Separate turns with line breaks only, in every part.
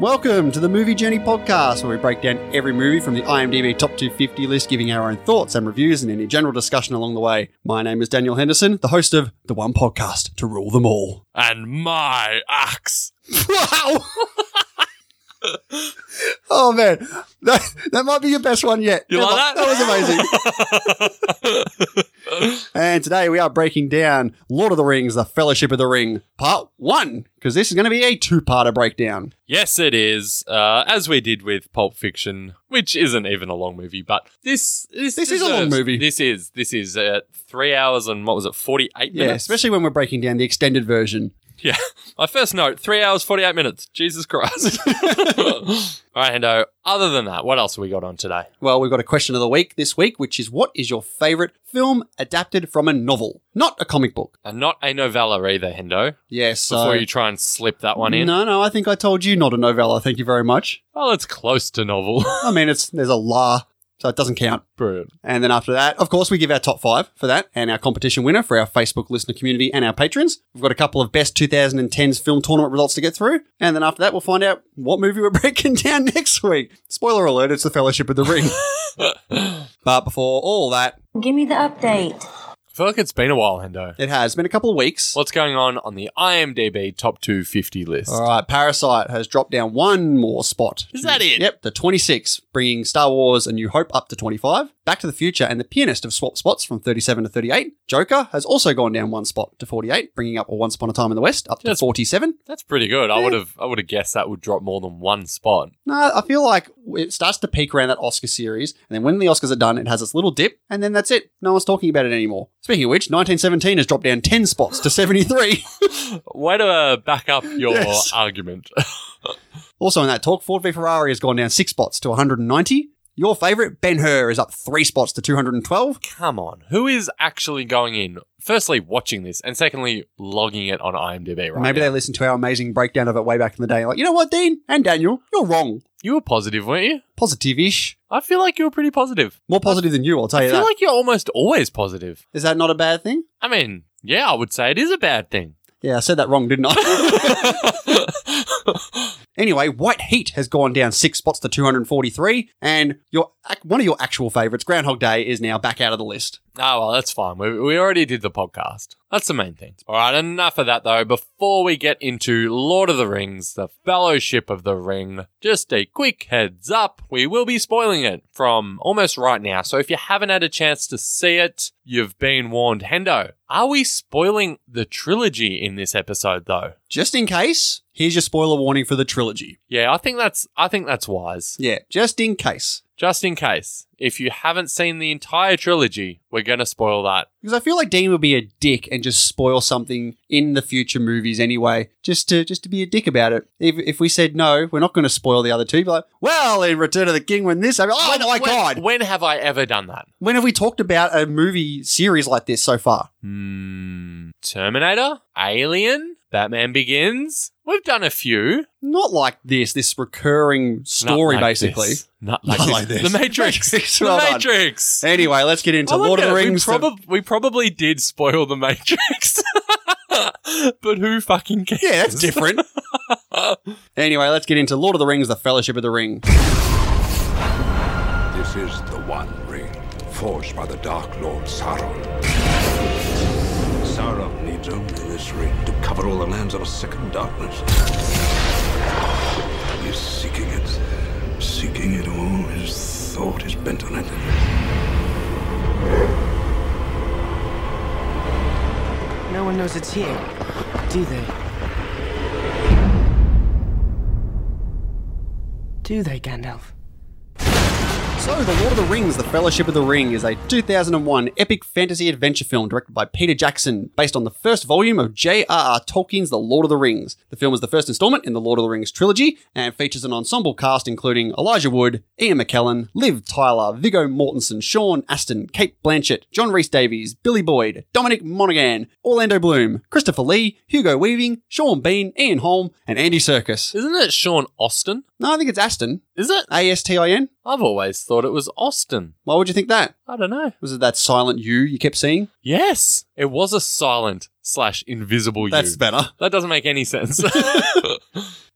Welcome to the Movie Journey podcast, where we break down every movie from the IMDb Top 250 list, giving our own thoughts and reviews and any general discussion along the way. My name is Daniel Henderson, the host of The One Podcast to Rule Them All.
and my axe.
Wow! oh man, that, that might be your best one yet.
You
Ever.
like that?
That was amazing. and today we are breaking down Lord of the Rings, The Fellowship of the Ring, part one, because this is going to be a two-parter breakdown.
yes, it is. Uh, as we did with Pulp Fiction, which isn't even a long movie, but this this,
This is a long
deserves-
movie.
This is this is uh, three hours and what was it, forty eight
Yeah,
minutes?
especially when we're breaking down the extended version.
Yeah. My first note: three hours, forty-eight minutes. Jesus Christ! All right, Hendo. Other than that, what else have we got on today?
Well, we've got a question of the week this week, which is what is your favourite film adapted from a novel, not a comic book?
And Uh, not a novella either, Hendo.
Yes.
Before you try and slip that one in.
No, no, I think I told you not a novella. Thank you very much.
Well, it's close to novel.
I mean, it's there's a la, so it doesn't count.
Brilliant.
And then after that, of course, we give our top five for that and our competition winner for our Facebook listener community and our patrons. We've got a couple of best 2010s film tournament results to get through. And then after that, we'll find out what movie we're breaking down next week. Spoiler alert, it's The Fellowship of the Ring. but before all that,
Give me the update.
I feel like it's been a while, Hendo.
it has been a couple of weeks.
What's going on on the IMDb top 250 list?
All right, Parasite has dropped down one more spot.
Is that it?
Yep, the 26, bringing Star Wars A New Hope up to 25. Back to the Future and The Pianist have swapped spots from 37 to 38. Joker has also gone down one spot to 48, bringing up Once Upon a Time in the West up to
That's-
47.
That's pretty good. I
Yeah.
would have I would have guessed that would drop more than one spot.
No, I feel like it starts to peak around that Oscar series, and then when the Oscars are done, it has its little dip, and then that's it. No one's talking about it anymore. Speaking of which, 1917 has dropped down 10 spots to 73.
Way to uh, back up your
Yes.
argument.
Also in that talk, Ford v Ferrari has gone down six spots to 190. Your favourite, Ben Hur, is up three spots to 212.
Come on. Who is actually going in? Firstly, watching this, and secondly, logging it on IMDb right
Maybe
now?
they listened to our amazing breakdown of it way back in the day. Like, you know what, Dean and Daniel, you're wrong.
You were positive, weren't you?
Positive ish.
I feel like you were pretty positive.
More positive than you, I'll tell
I
you
feel
that. Is
like you're almost always positive.
that not a bad thing?
I mean, yeah, I would say it is a bad thing.
Yeah, I said that wrong, didn't I? anyway, White Heat has gone down six spots to 243. And your one of your actual favourites, Groundhog Day, is now back out of the list.
Ah, well, that's fine. We, we already did the podcast. That's the main thing. All right, enough of that, though. Before we get into Lord of the Rings, the Fellowship of the Ring, just a quick heads up. We will be spoiling it from almost right now. So if you haven't had a chance to see it, you've been warned. Hendo, are we spoiling the trilogy in this episode, though?
Just in case, here's your spoiler warning for the trilogy.
Yeah, I think that's I think that's wise.
Yeah, just in case.
Just in case, if you haven't seen the entire trilogy, we're gonna spoil that.
Because I feel like Dean would be a dick and just spoil something in the future movies anyway, just to just to be a dick about it. If, if we said no, we're not going to spoil the other two. He'd Be like, well, in Return of the King, when this, happened, oh
When-
my
when-
god,
When have I ever done that?
when have we talked about a movie series like this so far?
Hmm. Terminator, Alien, Batman Begins. We've done a few.
Not like this, this recurring story
Not like
basically.
this. Not like,
Not
this.
like this.
The Matrix.
Matrix,
the
well done.
Matrix.
Anyway, let's get into
I look
Lord of
at
the
it,
Rings. uh,
We, probab- we probably did spoil the Matrix, but who fucking cares?
yeah, that's different. anyway, let's get into Lord of the Rings: The Fellowship of the Ring.
This is the One Ring, forged by the Dark Lord Sauron. Sauron needs only this ring to cover all the lands of a second darkness. He's seeking it, seeking it all. His thought is bent on it.
No one knows it's here, do they? Do they, Gandalf?
So, The Lord of the Rings, The Fellowship of the Ring is a 2001 epic fantasy adventure film directed by Peter Jackson, based on the first volume of J.R.R. Tolkien's The Lord of the Rings. The film is the first installment in the Lord of the Rings trilogy and features an ensemble cast including Elijah Wood, Ian McKellen, Liv Tyler, Viggo Mortensen, Sean Astin, Kate Blanchett, John Rhys Davies, Billy Boyd, Dominic Monaghan, Orlando Bloom, Christopher Lee, Hugo Weaving, Sean Bean, Ian Holm, and Andy Serkis.
Isn't it Sean Austin?
No, I think it's Astin.
Is it?
A S T I N.
I've always thought it was Austin.
Why would you think that?
I don't know.
Was it that silent U you kept seeing?
Yes, it was a silent slash invisible. U.
better.
That doesn't make any sense.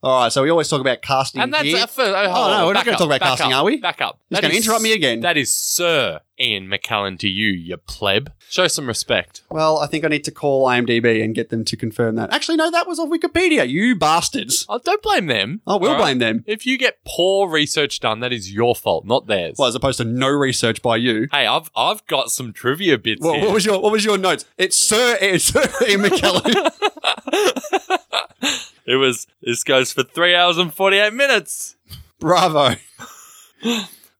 All right, so we always talk about casting.
And that's
here.
uh, for, oh,
Oh, no, we're not
back
gonna
up,
talk about
back
casting,
up,
are we?
Back up.
He's
That
gonna
is-
interrupt me again.
That is Sir Ian McKellen to you, you pleb. Show some respect.
well, I think I need to call IMDb and get them to confirm that. Actually, no, that was on Wikipedia. You bastards!
Oh, don't blame them.
I will
all right?
blame them.
If you get poor research done, that is your fault, not theirs.
Well, as opposed to no research by you.
hey, I've I've got some trivia bits
Well,
here.
what was your what was your notes? It's Sir it's Sir Ian McKellen.
it was this goes for three hours and forty eight minutes.
Bravo.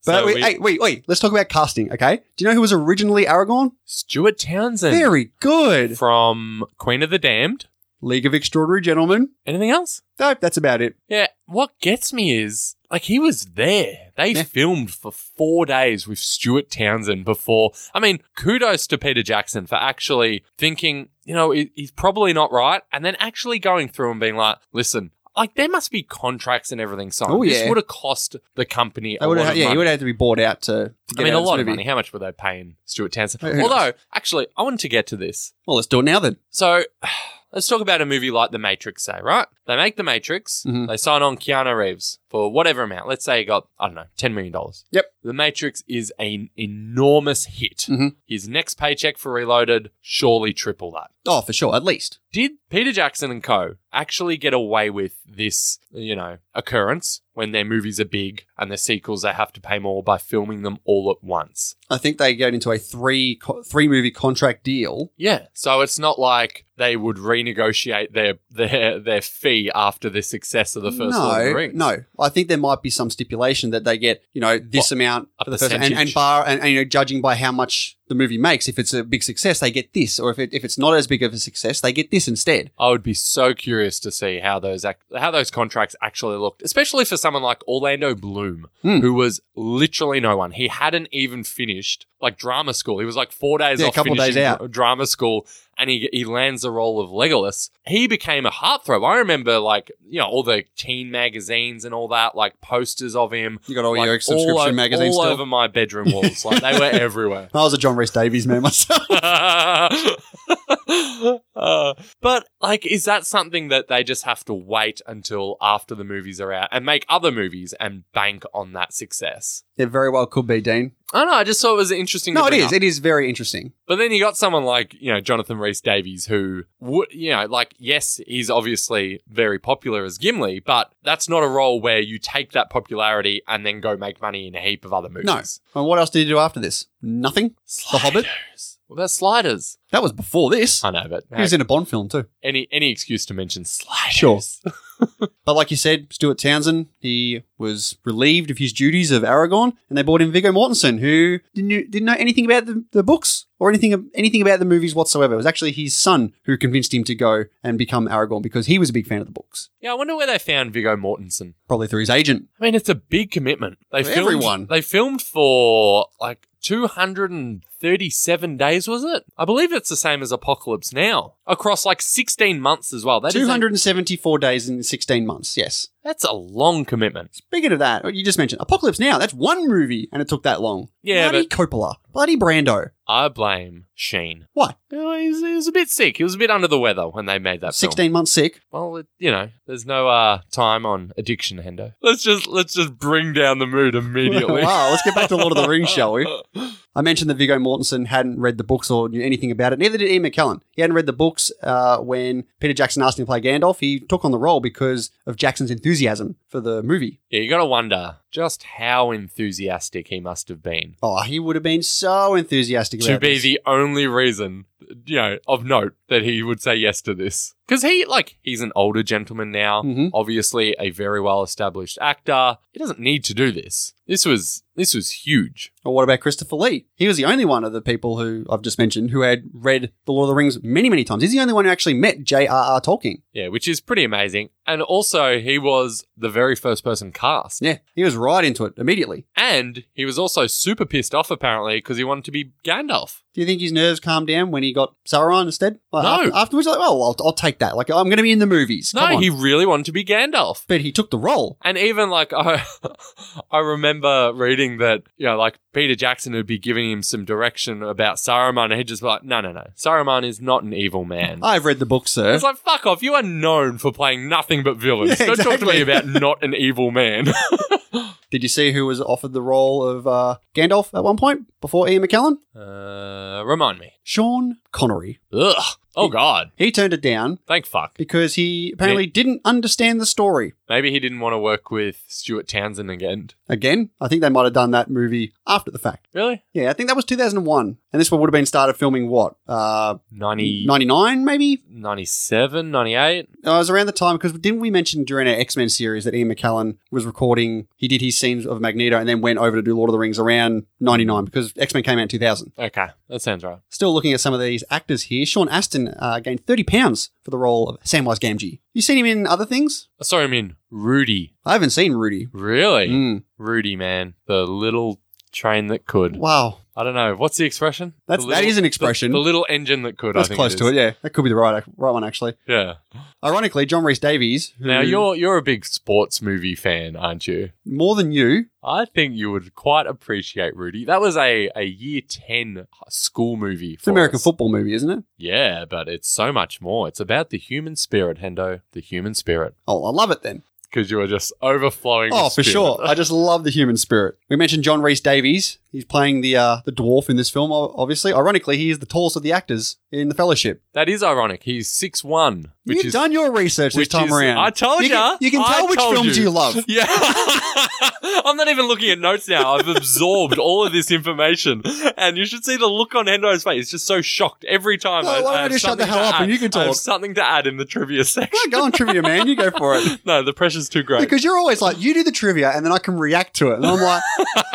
But
So
wait,
we-
hey, wait, wait. Let's talk about casting, okay? Do you know who was originally Aragorn?
Stuart Townsend
Very good.
from Queen of the Damned.
League of Extraordinary Gentlemen.
Anything else?
No, that's about it.
Yeah, what gets me is like he was there. They
Yeah.
filmed for four days with Stuart Townsend before. I mean, kudos to Peter Jackson for actually thinking, you know, he- he's probably not right, and then actually going through and being like, listen. Like there must be contracts and everything signed.
Oh,
This
yeah.
would have cost the company
They
a
would've
lot
had-
of
yeah,
money.
you would have to be bought out to, to
I
get
mean,
out
a
of this
lot of
movie.
money. How much were they paying Stuart Townsend?
Who knows?
Although, actually, I wanted to get to this.
Well, let's do it now then.
So let's talk about a movie like The Matrix, say, right? They make The Matrix,
Mhm.
they sign on Keanu Reeves for whatever amount. Let's say he got, I don't know, $10 million.
Yep.
The Matrix is an enormous hit.
Mhm.
His next paycheck for Reloaded, surely triple that.
Oh, for sure, at least.
Did Peter Jackson and co actually get away with this, you know, occurrence when their movies are big and the sequels they have to pay more by filming them all at once?
I think they get into a three co- three movie contract deal.
Yeah. So it's not like they would renegotiate their their their fee after the success of the
no,
first Lord of the Rings.
no. I think there might be some stipulation that they get, you know, this amount
a
for the first, and, and
percentage?
bar, and, and you know, judging by how much the movie makes. If it's a big success, they get this, or if it, if it's not as big of a success, they get this instead.
I would be so curious to see how those ac- how those contracts actually looked, especially for someone like Orlando Bloom,
Hmm.
who was literally no one. He hadn't even finished like drama school. He was like four days
Yeah, a
off
couple of days
finishing
out.
dra- drama school, and he he lands the role of Legolas. He became a heartthrob. I remember like you know all the teen magazines and all that, like posters of him.
You got all
like,
your Oh, subscription
all o-
magazines
all
still?
over my bedroom walls. Like they were everywhere.
I was a John Rhys Davies man myself.
Uh, but like, is that something that they just have to wait until after the movies are out and make other movies and bank on that success?
it very well could be, Dean.
I don't know. I just thought it was interesting. to
No, it
bring
is.
up.
It is very interesting.
But then you got someone like, you know, Jonathan Rhys Davies, who would, you know, like, yes, he's obviously very popular as Gimli, but that's not a role where you take that popularity and then go make money in a heap of other movies.
No. And what else did he do after this? Nothing. The Hobbit?
Sliders. Well, that's Sliders.
That was before this.
I know, but
He was
hey,
in a Bond film too.
any any excuse to mention Sliders.
Sure. But like you said, Stuart Townsend, he was relieved of his duties of Aragon, and they brought in Viggo Mortensen, who didn't, knew- didn't know anything about the, the books or anything anything about the movies whatsoever. It was actually his son who convinced him to go and become Aragorn because he was a big fan of the books,
Yeah, I wonder where they found Viggo Mortensen.
probably through his agent.
I mean, it's a big commitment. They
For
filmed,
everyone.
They filmed for like 237 days, was it? I believe it's the same as Apocalypse Now across like 16 months as well. That is a-
274 days and 16 months, yes.
that's a long commitment.
Speaking of that, you just mentioned Apocalypse Now. That's one movie, and it took that long.
Yeah,
bloody Coppola, bloody Brando.
I blame Sheen.
Why?
Oh, he, was, he was a bit sick. He was a bit under the weather when they made that film.
16 months sick.
Well, it, you know, there's no uh, time on addiction, Hendo. Let's just let's just bring down the mood immediately.
wow, let's get back to Lord of the Rings, shall we? I mentioned that Viggo Mortensen hadn't read the books or knew anything about it. Neither did Ian McKellen. He hadn't read the books uh, when Peter Jackson asked him to play Gandalf. He took on the role because of Jackson's enthusiasm for the movie.
Yeah, you gotta wonder just how enthusiastic he must have been
Oh, he would have been so enthusiastic about
to be
this.
the only reason, you know, of note that he would say yes to this. Because he, like, he's an older gentleman now,
Mhm.
obviously a very well-established actor. He doesn't need to do this. This was this was huge.
Or Oh, what about Christopher Lee? He was the only one of the people who I've just mentioned who had read The Lord of the Rings many, many times. He's the only one who actually met J.R.R. Tolkien.
Yeah, which is pretty amazing. And also, he was the very first person cast.
Yeah, he was right into it immediately.
And he was also super pissed off, apparently, because he wanted to be Gandalf.
Do you think his nerves calmed down when he got Sauron instead? Like,
No.
after- afterwards, like, oh, I'll, I'll take that. Like, I'm going to be in the movies. Come
No,
on.
he really wanted to be Gandalf.
but he took the role.
And even like I, I remember reading that you know like Peter Jackson would be giving him some direction about Saruman, and he'd just be like, no, no, no, Saruman is not an evil man.
I've read the book, sir.
it's like fuck off. You are known for playing nothing but villains.
Yeah,
Don't talk to
exactly.
me about not an evil man.
Did you see who was offered the role of uh, Gandalf at one point before Ian McKellen?
uh, remind me.
Sean Connery.
Ugh. Oh God.
He turned it down
Thank fuck.
because he apparently didn't understand the story.
Maybe he didn't want to work with Stuart Townsend again.
Again, I think they might have done that movie after the fact.
Really?
Yeah, I think that was 2001. And this one would have been started filming what? Uh,
90,
99 maybe?
97, 98?
Uh, it was around the time because didn't we mention during our X Men series that Ian McKellen was recording, he did his scenes of Magneto and then went over to do Lord of the Rings around 99 because X Men came out in 2000.
Okay, that sounds right.
Still looking at some of these actors here. Sean Astin uh, gained 30 pounds for the role of Samwise Gamgee. You seen him in other things?
I saw him in Rudy.
I haven't seen Rudy.
Really?
Mm.
Rudy, man, the little train that could.
Wow.
I don't know. What's the expression?
That's-
The
that
little-
is an expression.
The, the little engine that could.
That's
I think
close to it, yeah. That could be the right, right one, actually.
is. Yeah.
Ironically, John Rhys Davies, who,
Now you're you're a big sports movie fan, aren't you?
more than you,
I think you would quite appreciate Rudy. That was a, a year ten school movie.
it's an
for
American
us.
football movie, isn't it?
Yeah, but it's so much more. It's about the human spirit, Hendo. The human spirit.
Oh, I love it then.
Because you are just overflowing. with
Oh, for
spirit.
sure. I just love the human spirit. We mentioned John Rhys Davies. He's playing the uh, the dwarf in this film, o- obviously. Ironically, he is the tallest of the actors in The Fellowship.
That is ironic. He's six one, which
You've
is
done your research this
which
time
is-
around.
I told
you.
ya.
Can, you can
I
tell which
told
films
you.
you, love.
Yeah. I'm not even looking at notes now. I've absorbed all of this information. And you should see the look on Hendo's face. It's just so shocked every time.
No,
I,
why
I
don't
have
you shut the
something
hell
to
up
add.
and you can
I have
talk.
something to add in the trivia section.
Yeah, go on trivia, man. You go for it.
no, the pressure's too great.
Because you're always like, you do the trivia, and then I can react to it. And I'm like,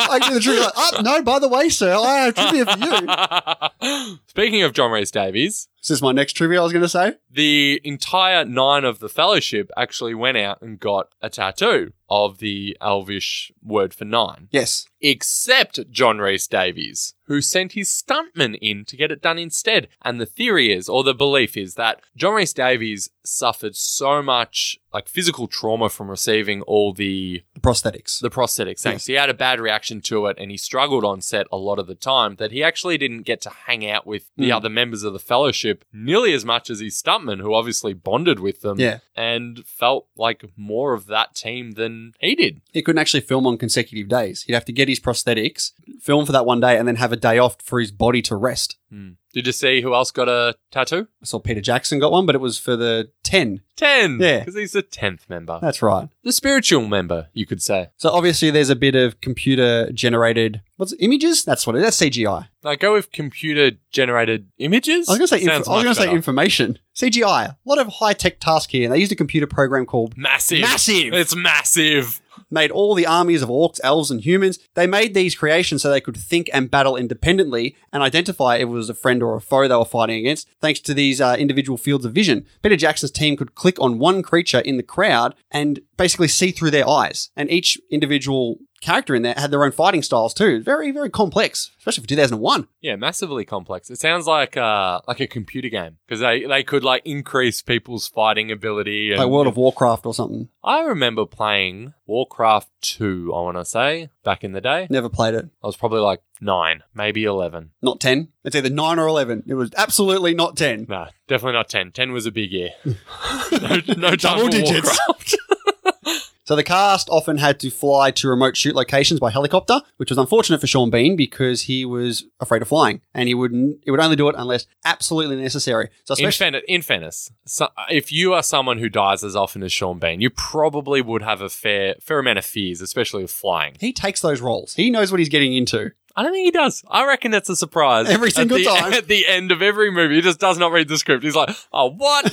I do the trivia. Like, oh, no, by the way, sir, I have trivia for you.
Speaking of John Rhys Davies,
Is this my next trivia? I was going to say.
the entire nine of the fellowship actually went out and got a tattoo of the Elvish word for nine.
Yes.
except John Rhys Davies, who sent his stuntman in to get it done instead. And the theory is, or the belief is, that John Rhys Davies suffered so much like physical trauma from receiving all the
The prosthetics.
the prosthetics. Thanks. He had a bad reaction to it, and he struggled on set a lot of the time. That he actually didn't get to hang out with the
Mm.
other members of the fellowship nearly as much as his stuntman, who obviously bonded with them.
Yeah.
And felt like more of that team than he did.
He couldn't actually film on consecutive days. He'd have to get his prosthetics, film for that one day, and then have a day off for his body to rest.
Hmm. Did you see who else got a tattoo?
I saw Peter Jackson got one, but it was for the 10.
10.
Yeah.
Because he's the 10th member.
That's right.
the spiritual member, you could say.
So obviously, there's a bit of computer generated, what's it, images? That's what it is. That's CGI.
Like, go with computer generated images.
I was going to say, inf-
Sounds
I was going
much
to say
better.
information. CGI. A lot of high tech task here. They used a computer program called
massive.
Massive.
It's massive.
made all the armies of orcs, elves, and humans. They made these creations so they could think and battle independently and identify if it was a friend or a foe they were fighting against, thanks to these uh, individual fields of vision. Peter Jackson's team could click on one creature in the crowd and basically see through their eyes. And each individual character in there had their own fighting styles too. Very, very complex, especially for 2001.
Yeah, massively complex. It sounds like uh, like a computer game because they, they could like increase people's fighting ability. And
Like World of Warcraft or something.
I remember playing Warcraft 2, I want to say, back in the day.
Never played it.
I was probably like nine, maybe 11.
Not 10. It's either 9 or 11. It was absolutely not 10.
No, definitely not 10. 10 was a big year. no, no time
Double
for
digits.
Warcraft.
So the cast often had to fly to remote shoot locations by helicopter, which was unfortunate for Sean Bean because he was afraid of flying, and he wouldn't. He would only do it unless absolutely necessary. So
In,
especially
fairness, in fairness, so uh, if you are someone who dies as often as Sean Bean, you probably would have a fair fair amount of fears, especially with flying.
he takes those roles. He knows what he's getting into.
I don't think he does. I reckon that's a surprise
Every
At
single
the-
time.
At the end of every movie, he just does not read the script. He's like, "Oh, what?"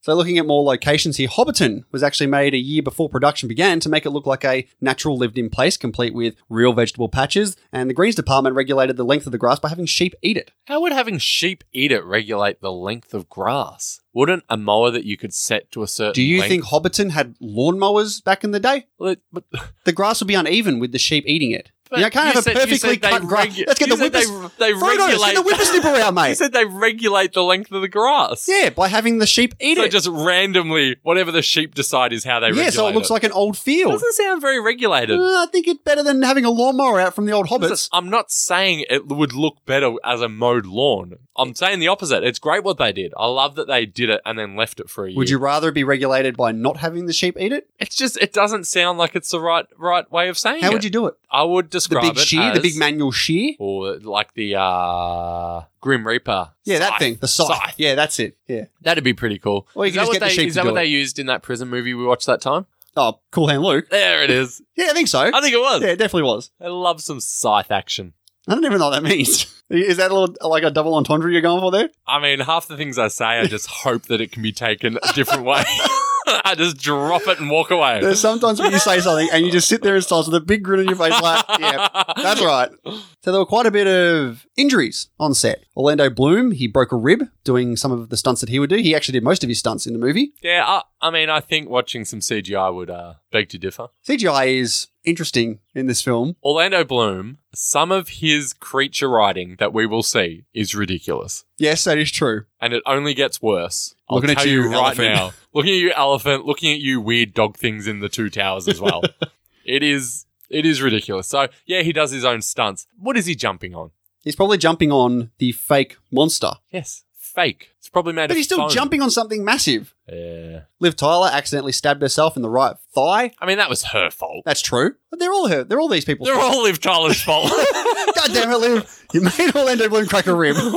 So looking at more locations here, Hobbiton was actually made a year before production began to make it look like a natural lived-in place, complete with real vegetable patches. And the Greens Department regulated the length of the grass by having sheep eat it.
How would having sheep eat it regulate the length of grass? Wouldn't a mower that you could set to a certain
Do you
length-
think Hobbiton had lawnmowers back in the day?
Well, it- but
The grass would be uneven with the sheep eating it. You know, can't have a perfectly cut grass. Let's get the whippers.
They,
Frodo, let's get the whippersnipper out,
You
mate.
said they regulate the length of the grass.
Yeah, by having the sheep eat
So
it.
just randomly, whatever the sheep decide is how they
yeah,
regulate
so it looks like an old field.
doesn't sound very regulated.
Uh, I think it's better than having a lawnmower out from the old hobbits.
I'm not saying it would look better as a mowed lawn. I'm saying the opposite. It's great what they did. I love that they did it and then left it for a year.
Would you rather it be regulated by not having the sheep eat it?
It's just it doesn't sound like it's the right right way of saying
How
it.
would you do it?
I would
The
describe
big
it
shear, the
as-
big manual shear.
or like the uh, Grim Reaper.
Yeah, that
scythe.
thing, the scythe. Yeah, that's it. Yeah.
That'd be pretty cool.
Or you
is
can
that
just
what
get the
they,
sheep
Is
to
that
do
what
it.
they used in that prison movie we watched that time?
Oh, cool hand Luke.
There it is.
Yeah, I think so.
I think it was.
yeah, it definitely was.
I love some scythe action.
I don't even know what that means. Is that a little like a double entendre you're going for there?
I mean, half the things I say, I just hope that it can be taken a different way. I just drop it and walk away.
There's sometimes when you say something and you just sit there in silence with a big grin on your face, like, yeah, that's right. So there were quite a bit of injuries on set. Orlando Bloom, he broke a rib doing some of the stunts that he would do. He actually did most of his stunts in the movie.
Yeah, I, I mean, I think watching some CGI would uh, beg to differ.
CGI is interesting in this film.
Orlando Bloom, some of his creature writing that we will see is ridiculous.
Yes, that is true.
and it only gets worse.
Looking
I'll
at
tell
you,
you, right
elephant.
now. Looking at you, elephant. Looking at you, weird dog things in the two towers as well. it is. It is ridiculous. So yeah, he does his own stunts. What is he jumping on?
He's probably jumping on the fake monster,
Yes, fake. It's probably made.
but
of
he's still
foam.
jumping on something massive.
Yeah.
Liv Tyler accidentally stabbed herself in the right thigh.
I mean, that was her fault.
That's true. But they're all her. They're all these people.
They're all Liv Tyler's fault.
God damn it, Liv! You made Orlando Bloom crack a rib.
oh,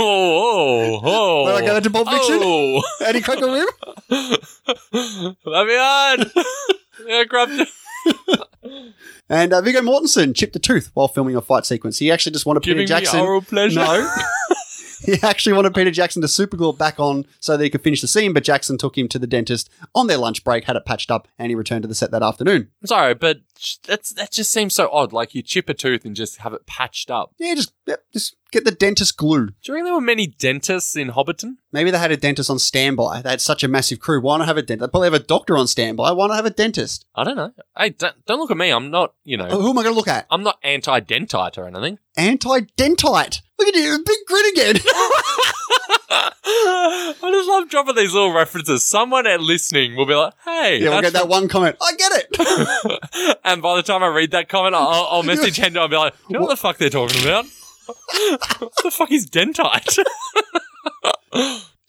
oh, oh.
When I go to Pulp Fiction?
Oh.
And he cracked a rib.
Let me on. yeah, corrupt.
And uh, Viggo Mortensen chipped a tooth while filming a fight sequence. He actually just wanted
Giving
Peter Jackson.
me oral pleasure.
No. he actually wanted Peter Jackson to superglue it back on so that he could finish the scene, but Jackson took him to the dentist on their lunch break, had it patched up, and he returned to the set that afternoon.
I'm sorry, but sh- that's that just seems so odd. Like you chip a tooth and just have it patched up.
Yeah, just yeah, just get the dentist glue.
Do you reckon there were many dentists in Hobbiton?
Maybe they had a dentist on standby. They had such a massive crew. Why not have a dentist? They probably have a doctor on standby. Why not have a dentist?
I don't know. Hey, don't, don't look at me. I'm not, you know,
Oh, who am I going to look at?
I'm not anti-dentite or anything.
Anti-dentite. Look at you, big grin again.
I just love dropping these little references. Someone at listening will be like, "Hey,"
yeah, we'll get
that's
that one comment. I get it.
from-" and by the time I read that comment, I'll, I'll- I'll message Hendo and be like, "You know what the fuck they're talking about? what the fuck is dentite?"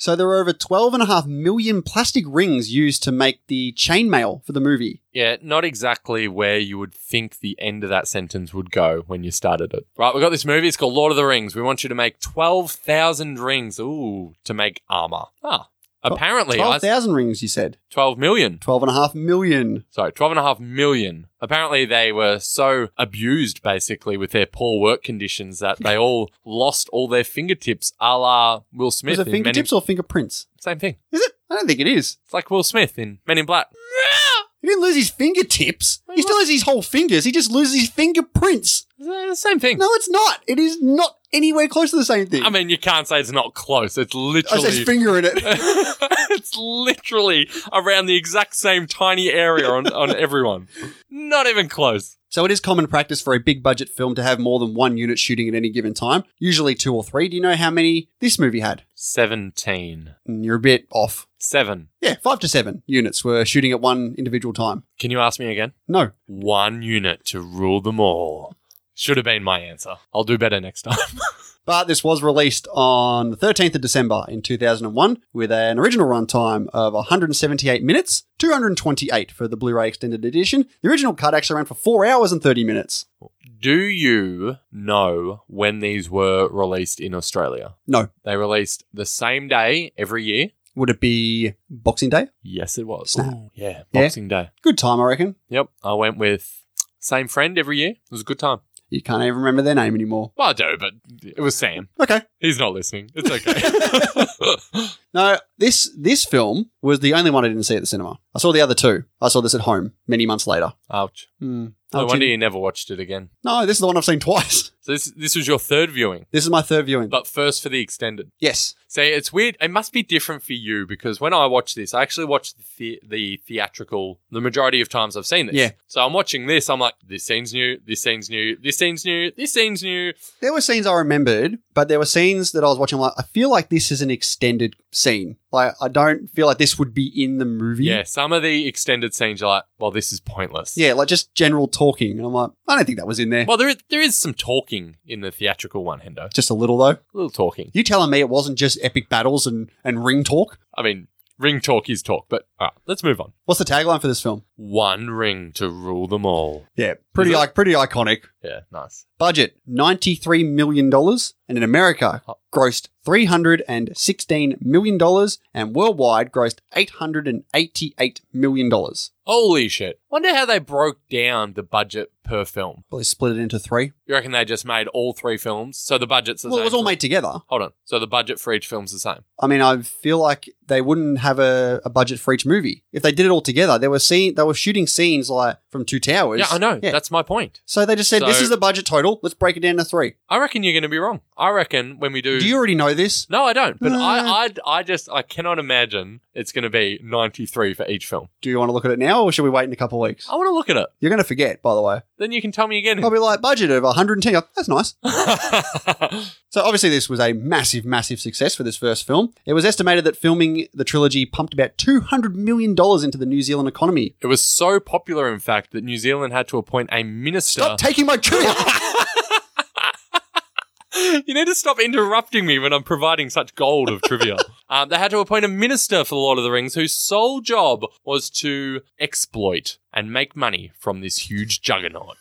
So there were over 12.5 million plastic rings used to make the chainmail for the movie.
Yeah, not exactly where you would think the end of that sentence would go when you started it. Right, we've got this movie. It's called Lord of the Rings. We want you to make 12,000 rings. Ooh, to make armor. Ah, apparently, I-
12,000 rings, you said.
12 million.
12.5 million.
Sorry, 12.5 million. Apparently, they were so abused, basically, with their poor work conditions that they all lost all their fingertips, a la Will Smith.
Is it
in Men in-
fingertips or fingerprints?
Same thing.
Is it? I don't think it is.
It's like Will Smith in Men in Black.
He didn't lose his fingertips. He still has his whole fingers. He just loses his fingerprints.
It's the Same thing.
No, it's not. It is not anywhere close to the same thing.
I mean, you can't say it's not close. It's
I
literally.
said finger in it.
it's literally around the exact same tiny area on, on everyone. Not even close.
So it is common practice for a big budget film to have more than one unit shooting at any given time, usually two or three. Do you know how many this movie had?
17.
Mm, You're a bit off.
Seven.
Yeah, five to seven units were shooting at one individual time.
Can you ask me again?
No.
One unit to rule them all. Should have been my answer. I'll do better next time.
But this was released on the 13th of December in 2001 with an original runtime of 178 minutes, 228 for the Blu ray Extended Edition. The original cut actually ran for 4 hours and 30 minutes.
do you know when these were released in Australia?
No.
They released the same day every year.
Would it be Boxing Day?
Yes, it was.
Snap.
Ooh, yeah,
Yeah.
Boxing Day.
Good time, I reckon.
Yep, I went with same friend every year. It was a good time.
You can't even remember their name anymore.
Well, I do, but it was Sam.
Okay.
He's not listening. It's okay.
No, this this film was the only one I didn't see at the cinema. I saw the other two. I saw this at home many months later.
Ouch.
Hmm.
No
Oh,
wonder
gee.
you never watched it again.
No, this is the one I've seen twice.
So this this was your third viewing,
This is my third viewing.
but first for the extended.
yes.
See, it's weird. It must be different for you because when I watch this, I actually watch the, the- the theatrical the majority of times I've seen this.
Yeah.
So I'm watching this. I'm like, this scene's new. This scene's new. This scene's new. This scene's new.
There were scenes I remembered, but there were scenes that I was watching. Like, I feel like this is an extended scene. Like, I don't feel like this would be in the movie.
Yeah. Some of the extended scenes, you're like, well, this is pointless.
Yeah, like just general talking. And I'm like, I don't think that was in there.
Well, there is, there is some talking in the theatrical one, Hendo.
just a little though.
A little talking.
You telling me it wasn't just epic battles and and ring talk?
I mean, ring talk is talk, but all right, let's move on.
What's the tagline for this film?
One ring to rule them all.
Yeah, pretty
Is it-
like pretty iconic.
Yeah, nice.
Budget ninety three million dollars, and in America
Oh.
grossed three hundred and sixteen million dollars, and worldwide grossed eight hundred and eighty eight million dollars.
Holy shit. Wonder how they broke down the budget per film.
Well, they split it into three.
You reckon they just made all three films? So the budget's the
Well,
same.
it was all
for-
made together.
Hold on. So the budget for each film's the same.
I mean, I feel like they wouldn't have a, a budget for each movie if they did it all together. They were seeing they were shooting scenes like from Two Towers.
yeah, I know. That's my point.
so they just said, "This
So-
is the budget total. Let's break it down to three.
I reckon you're going to be wrong. I reckon when we do.
Do you already know this?
no, I don't. But
Uh.
I, I, I just, I cannot imagine it's going to be 93 for each film.
Do you want to look at it now, or should we wait in a couple of weeks?
I want to look at it.
You're going to forget, by the way.
Then you can tell me again.
I'll be like, budget of 110. That's nice.
yeah,
So obviously, this was a massive, massive success for this first film. It was estimated that filming the trilogy pumped about 200 million dollars into the New Zealand economy.
it was so popular, in fact, that New Zealand had to appoint a minister.
Stop taking my trivia.
you need to stop interrupting me when I'm providing such gold of trivia. Um, they had to appoint a minister for the Lord of the Rings whose sole job was to exploit and make money from this huge juggernaut.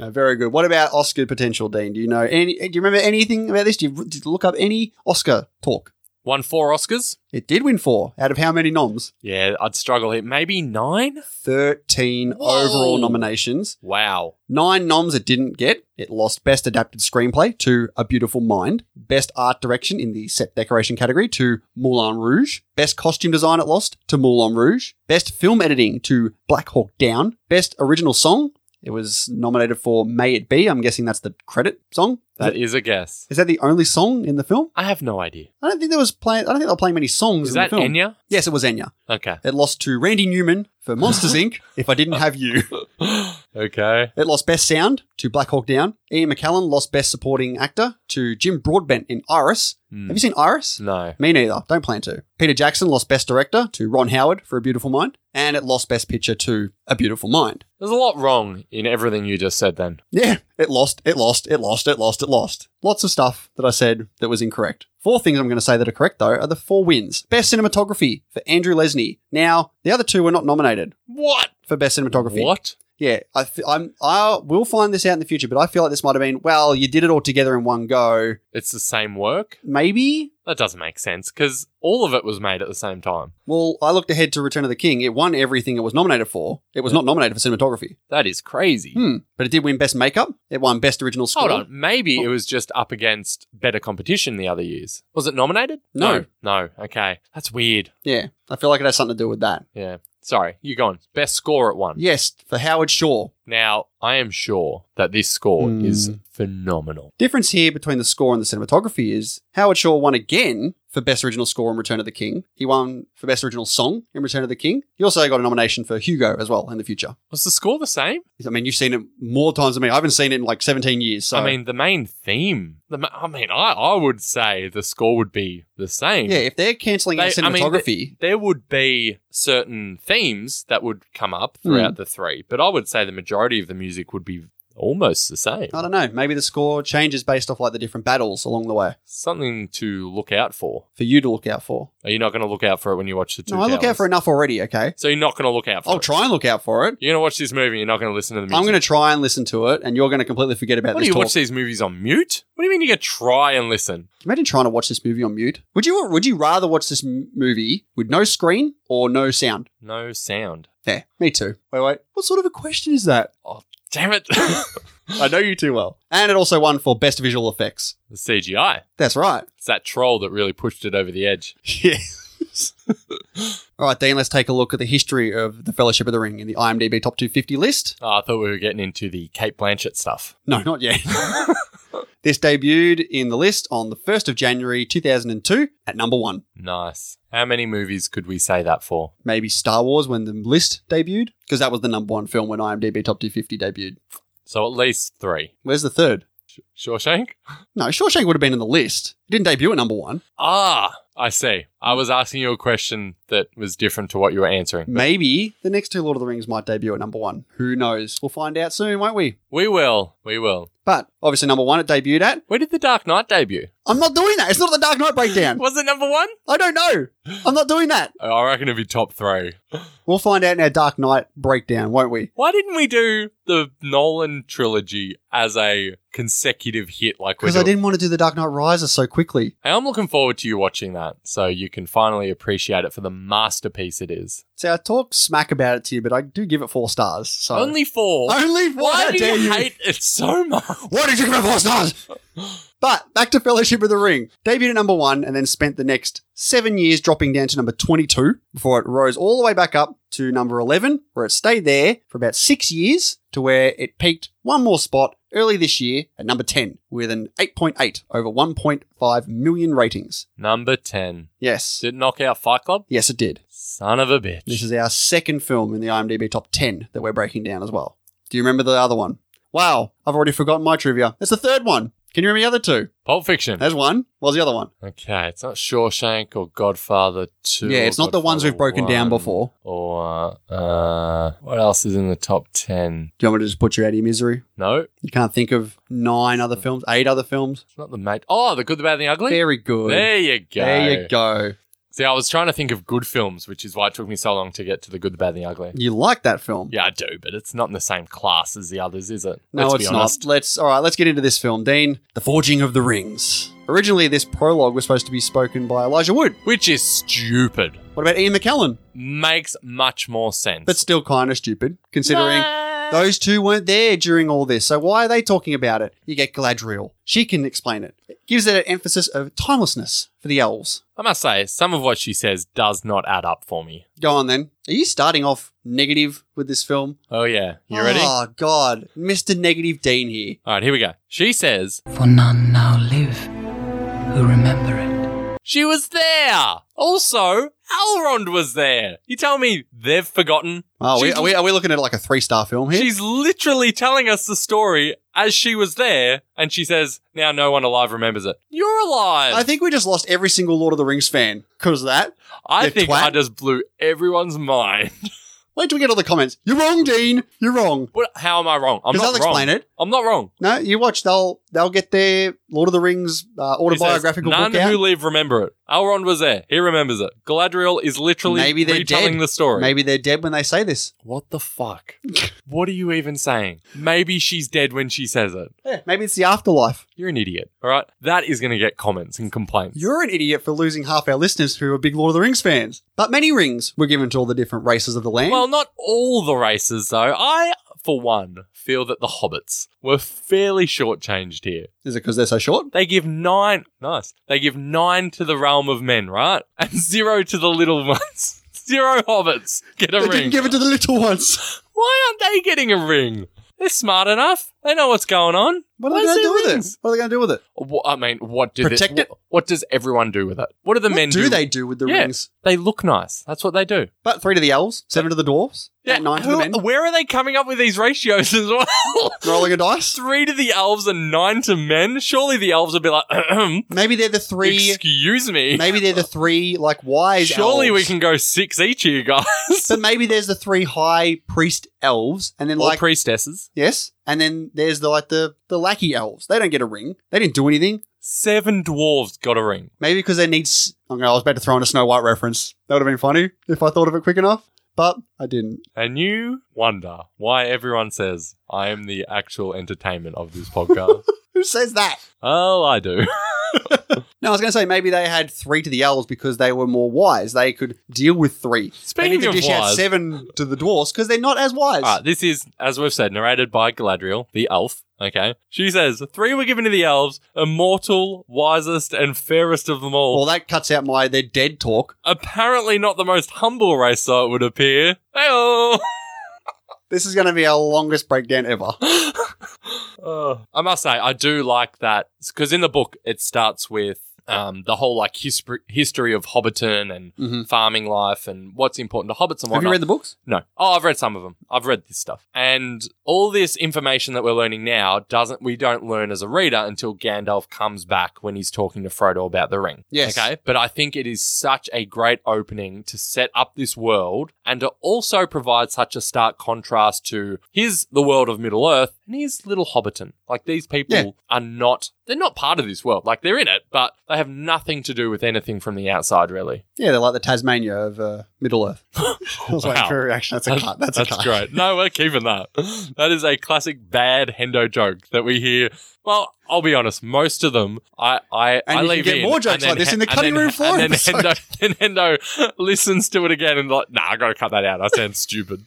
No, very good. What about Oscar potential, Dean? Do you know any? Do you remember anything about this? Did you, did you look up any Oscar talk?
Won four Oscars?
It did win four out of how many noms?
Yeah, I'd struggle here. Maybe nine?
Thirteen
Whoa.
overall nominations.
Wow.
Nine noms it didn't get. It lost Best Adapted Screenplay to A Beautiful Mind, Best Art Direction in the Set Decoration category to Moulin Rouge, Best Costume Design it lost to Moulin Rouge, Best Film Editing to Black Hawk Down, Best Original Song. It was nominated for May It Be. I'm guessing that's the credit song.
That is a guess.
Is that the only song in the film?
I have no idea.
I don't think there was play. I don't think they were playing many songs
Is
in
that
the film.
Enya?
Yes, it was Enya.
Okay.
It lost to Randy Newman for Monsters Inc. If I didn't have you,
okay.
it lost Best Sound to Black Hawk Down. Ian McKellen lost Best Supporting Actor to Jim Broadbent in Iris.
Hmm.
Have you seen Iris?
No.
Me neither. Don't plan to. Peter Jackson lost Best Director to Ron Howard for A Beautiful Mind, and it lost Best Picture to A Beautiful Mind.
There's a lot wrong in everything you just said then.
Yeah, it lost, it lost, it lost, it lost, it lost. Lots of stuff that I said that was incorrect. Four things I'm going to say that are correct, though, are the four wins. Best cinematography for Andrew Lesney. Now, the other two were not nominated
What?
for best cinematography.
What?
Yeah, I f- I'm, I will find this out in the future, but I feel like this might have been, well, you did it all together in one go.
It's the same work?
Maybe?
That doesn't make sense because all of it was made at the same time.
Well, I looked ahead to Return of the King. It won everything it was nominated for. It was not nominated for cinematography.
That is crazy.
Hmm. But it did win Best Makeup. It won Best Original Score.
Hold on. Maybe it was just up against better competition the other years. Was it nominated?
No.
No. no. Okay. That's weird.
Yeah, I feel like it has something to do with that.
Yeah. Sorry. You go on. Best score at one.
Yes, for Howard Shaw.
Now, I am sure that this score
Hmm.
is phenomenal.
Difference here between the score and the cinematography is Howard Shaw won again for Best Original Score in Return of the King. He won for Best Original Song in Return of the King. He also got a nomination for Hugo as well in the future.
Was the score the same?
I mean, you've seen it more times than me. I haven't seen it in like 17 years. So
I mean, the main theme. The ma- I mean, I, I would say the score would be the same.
yeah, if they're cancelling out
They- I mean,
cinematography,
there would be certain themes that would come up
Hmm.
throughout the three, but I would say the majority of the music would be almost the same.
I don't know. Maybe the score changes based off like the different battles along the way
Something to look out for.
for you to look out for.
Are you not going to look out for it when you watch the two?
No, I look out
towers?
for enough already. Okay,
So you're not going to look out for
I'll
it.
try and look out for it.
You're going to watch this movie. and You're not going to listen to the music.
I'm going to try and listen to it, and you're going to completely forget about
What do
this.
you
talk.
watch these movies on mute? What do you mean you going to try and listen?
Imagine trying to watch this movie on mute. Would you would you rather watch this m- movie with no screen or no sound?
No sound.
Yeah, me too. Wait, wait. What sort of a question is that?
Damn it!
I know you too well. And it also won for best visual effects.
the CGI.
That's right.
It's that troll that really pushed it over the edge.
Yeah.
films.
All right, then let's take a look at the history of the Fellowship of the Ring in the IMDb Top 250 list.
Oh, I thought we were getting into the Kate Blanchett stuff.
No, not yet. this debuted in the list on the 1st of January 2002 at number one.
Nice. How many movies could we say that for?
Maybe Star Wars when the list debuted, because that was the number one film when IMDb Top 250 debuted.
So at least three.
Where's the third?
Shawshank?
No, Shawshank would have been in the list. It didn't debut at number one.
Ah, I see. I was asking you a question that was different to what you were answering.
Maybe the next two Lord of the Rings might debut at number one. Who knows? We'll find out soon, won't we?
We will. We will.
But obviously, number one it debuted at.
Where did The Dark Knight debut?
I'm not doing that. It's not the Dark Knight breakdown.
Was it number one?
I don't know. I'm not doing that.
I reckon it'd be top three.
We'll find out in our Dark Knight breakdown, won't we?
Why didn't we do the Nolan trilogy as a consecutive hit like we
Because I
did?
didn't want to do the Dark Knight Rises so quickly.
Hey, I'm looking forward to you watching that so you can finally appreciate it for the masterpiece it is.
See, I talk smack about it to you, but I do give it four stars. So
Only four.
only four.
Why
how
do
dare
you hate it so much?
Why did you give it four stars? But back to Fellowship of the Ring. Debuted at number one and then spent the next seven years dropping down to number 22 before it rose all the way back up to number 11, where it stayed there for about six years to where it peaked one more spot early this year at number 10 with an 8.8 over 1.5 million ratings.
Number 10.
Yes.
Did it knock out Fight Club?
Yes, it did.
Son of a bitch.
This is our second film in the IMDb top 10 that we're breaking down as well. Do you remember the other one? Wow, I've already forgotten my trivia. That's the third one. Can you remember the other two?
Pulp Fiction.
There's one. What was the other one?
Okay, it's not Shawshank or Godfather 2.
Yeah,
or
it's not the ones we've
Godfather
broken down
1,
before.
Or, uh, uh, what else is in the top 10?
Do you want me to just put you out of your misery?
No, it's
You can't think of nine other
Mm.
films, eight other films.
not the mate. Oh, The Good, the Bad, and the Ugly?
Very good.
There you go.
There you go.
See, I was trying to think of good films, which is why it took me so long to get to The Good, the Bad, and the Ugly.
You like that film?
Yeah, I do, but it's not in the same class as the others, is it?
No,
Let's
it's
be honest.
not. Let's all right. Let's get into this film, Dean. The Forging of the Rings. Originally, this prologue was supposed to be spoken by Elijah Wood.
Which is stupid.
What about Ian McKellen?
Makes much more sense.
But still, kind of stupid considering. Those two weren't there during all this, so why are they talking about it? You get Galadriel. She can explain it. It gives it an emphasis of timelessness for the elves.
I must say, some of what she says does not add up for me.
Go on then. Are you starting off negative with this film?
Oh, yeah. You ready?
Oh, God. Mr. Negative Dean here.
All right, here we go. She says,
For none now live who remember it.
She was there. Also, Elrond was there. You tell me they've forgotten?
Oh, are we,
She's-
are, we, are we looking at like a three star film here?
She's literally telling us the story as she was there, and she says, "Now no one alive remembers it." You're alive.
I think we just lost every single Lord of the Rings fan because of that.
I
you
think
twat.
I just blew everyone's mind.
Wait till we get all the comments. You're wrong, Dean. You're wrong.
What, how am I wrong? I'm
'Cause
not
I'll explain
wrong.
it.
I'm not wrong.
No, you watch. They'll they'll get their Lord of the Rings uh,
She says,
autobiographical
None
book out.
who leave remember it. Elrond was there. He remembers it. Galadriel is literally
Maybe they're
retelling
dead.
the story.
Maybe they're dead when they say this.
What the fuck? what are you even saying? Maybe she's dead when she says it.
Yeah, maybe it's the afterlife.
You're an idiot. All right. That is going to get comments and complaints.
You're an idiot for losing half our listeners who are big Lord of the Rings fans. But many rings were given to all the different races of the land.
well, not all the races, though. I, for one, feel that the hobbits were fairly shortchanged here.
Is it because they're so short?
They give nine. Nice. They give nine to the realm of men, right? And zero to the little ones. Zero hobbits get a
They
ring.
didn't give it to the little ones.
Why aren't they getting a ring? They're smart enough. They know what's going on.
What are
Why
they
is
going to
there
do with
rings?
it? What are they going to do with it?
Wha- I mean, what do
Protect
they,
it?
What, what does everyone do with it? What do the
What
men
do
do?
they do with the
Yeah.
rings?
They look nice. That's what they do.
But three to the elves, seven to the dwarves, yeah, nine to the
who-
men.
Where are they coming up with these ratios as well?
Rolling a dice.
Three to the elves and nine to men. Surely the elves would be like,
Maybe they're the three.
excuse me.
Maybe they're the three like wise.
Surely we
elves.
can go six each here, guys.
But maybe there's the three high priest elves, and then
Or
like
priestesses.
yes, and then there's the like the the lackey elves. They don't get a ring. They didn't do anything.
Seven dwarves got a ring.
Maybe because they need. S- I'm gonna- I was about to throw in a Snow White reference. That would have been funny if I thought of it quick enough, but I didn't.
And you wonder why everyone says, I am the actual entertainment of this podcast.
Who says that?
oh, I do.
No, I was going to say maybe they had three to the elves because they were more wise. They could deal with three.
Speaking
they need to
of
dish out
wise-
seven to the dwarfs because they're not as wise.
All right, Uh, this is, as we've said, narrated by Galadriel, the elf. Okay. She says, Three were given to the elves, immortal, wisest, and fairest of them all.
Well, that cuts out my they're dead talk.
Apparently not the most humble race, though it would appear. Hey,
This is going to be our longest breakdown ever.
I must say, I do like that because in the book it starts with um, the whole like history history of Hobbiton and
Mhm.
farming life and what's important to hobbits and
Have
whatnot.
you read the books?
No. Oh, I've read some of them. I've read this stuff. And all this information that we're learning now doesn't we don't learn as a reader until Gandalf comes back when he's talking to Frodo about the ring.
Yes.
Okay. But I think it is such a great opening to set up this world and to also provide such a stark contrast to here's the world of Middle Earth and here's Little Hobbiton. Like these people
Yeah.
are not they're not part of this world. Like they're in it, but they have nothing to do with anything from the outside really.
Yeah, they're like the Tasmania of uh, Middle Earth. I was waiting
Wow.
for a reaction. That's a cut. That's, a cut.
great. No, we're keeping that. That is a classic bad Hendo joke that we hear. Well, I'll be honest, most of them I I,
And you
I
can
leave
get
in,
more jokes
and then
like this
Hen-
in the
and
cutting
then-
room floor
And then
episode.
Hendo, then Hendo listens to it again and like, nah, I gotta cut that out. That sounds stupid.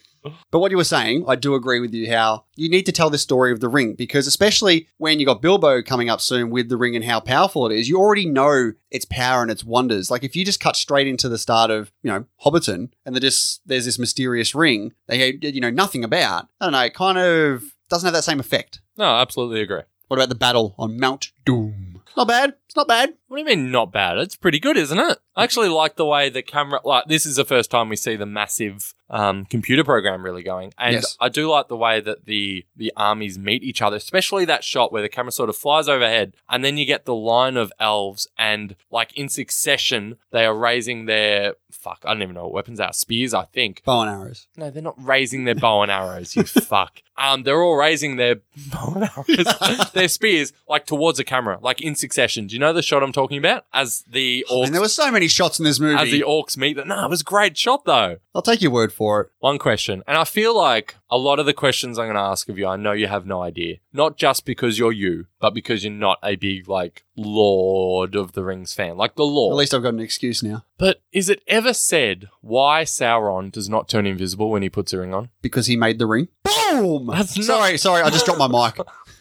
But what you were saying, I do agree with you how you need to tell this story of the ring because, especially when you got Bilbo coming up soon with the ring and how powerful it is, you already know its power and its wonders. Like, if you just cut straight into the start of, you know, Hobbiton and there just, there's this mysterious ring that you you know nothing about, I don't know, it kind of doesn't have that same effect.
No, I absolutely agree.
What about the battle on Mount Doom? Not bad. It's not bad.
What do you mean not bad? It's pretty good, isn't it? I actually like the way the camera like this is the first time we see the massive um, computer program really going. And
Yes.
I do like the way that the the armies meet each other, especially that shot where the camera sort of flies overhead and then you get the line of elves and like in succession they are raising their fuck, I don't even know what weapons are, spears I think.
Bow and arrows.
No, they're not raising their bow and arrows, you fuck. Um, they're all raising their bow and arrows, their spears, like towards the camera, like in succession. Do you know the shot I'm talking about? As the
And there
orcs,
were so many shots in this movie.
as the orcs meet them. No, it was a great shot though.
I'll take your word for it.
One question, and I feel like a lot of the questions I'm going to ask of you, I know you have no idea. Not just because you're you, but because you're not a big like Lord of the Rings fan, like the
At
Lord.
least I've got an excuse now
but is it ever said why Sauron does not turn invisible when he puts a ring on?
because he made the ring. Boom!
That's not-
sorry, sorry. I just dropped my mic.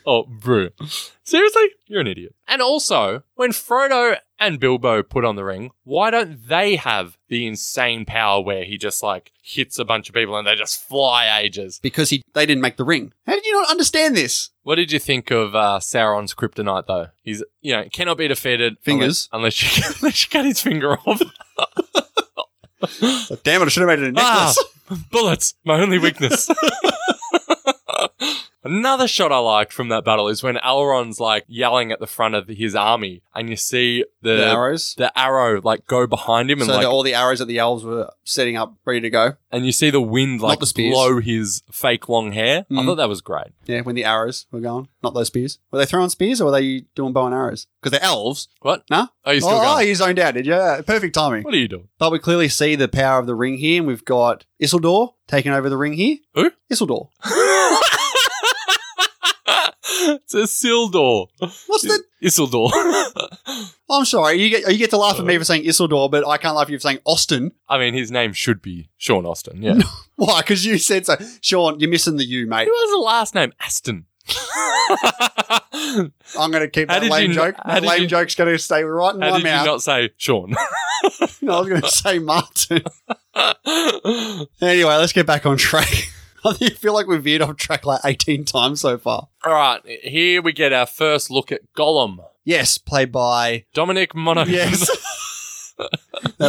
Oh, bro. Seriously? You're an idiot. And also, when Frodo and Bilbo put on the ring, why don't they have the insane power where he just like hits a bunch of people and they just fly ages?
because he they didn't make the ring. How did you not understand this?
What did you think of uh, Sauron's kryptonite though? He's, you know, cannot be defeated
Fingers.
unless, unless, you, unless you cut his finger off.
damn it, I should have made it a
Ah, bullets, my only weakness. Another shot I liked from that battle is when Elrond's like yelling at the front of his army, and you see the,
the arrows.
the arrow like go behind him, and
so that
like
all the arrows that the elves were setting up, ready to go.
and you see the wind like
the spears.
blow his fake long hair. I
Mhm.
thought that was great.
Yeah, when the arrows were going, not those spears. Were they throwing spears or were they doing bow and arrows? Because they're elves.
What?
Nah.
Oh, you still
oh,
going?
oh, you zoned out, did you? Yeah, perfect timing.
What are you doing?
But we clearly see the power of the ring here, and we've got Isildur taking over the ring here.
Who?
Isildur.
it's a Sildor.
What's the?
Isildor.
I'm sorry, you get you get to laugh at me for saying Isildur, but I can't laugh at you for saying Austin.
I mean, his name should be Sean Austin. Yeah.
Why? Because you said so. Sean, you're missing the U, mate.
Who has a last name? Aston. How
I'm going to keep
How
that
did
lame
you-
joke.
how
That
did
lame
you-
joke's going to stay right in my
did you
mouth.
not say Sean?
I was going to say Martin. anyway, let's get back on track. I think- feel like we've veered off track like 18 times so far.
All right, here we get our first look at Gollum.
Yes, played by
Dominic Monaghan.
yes, that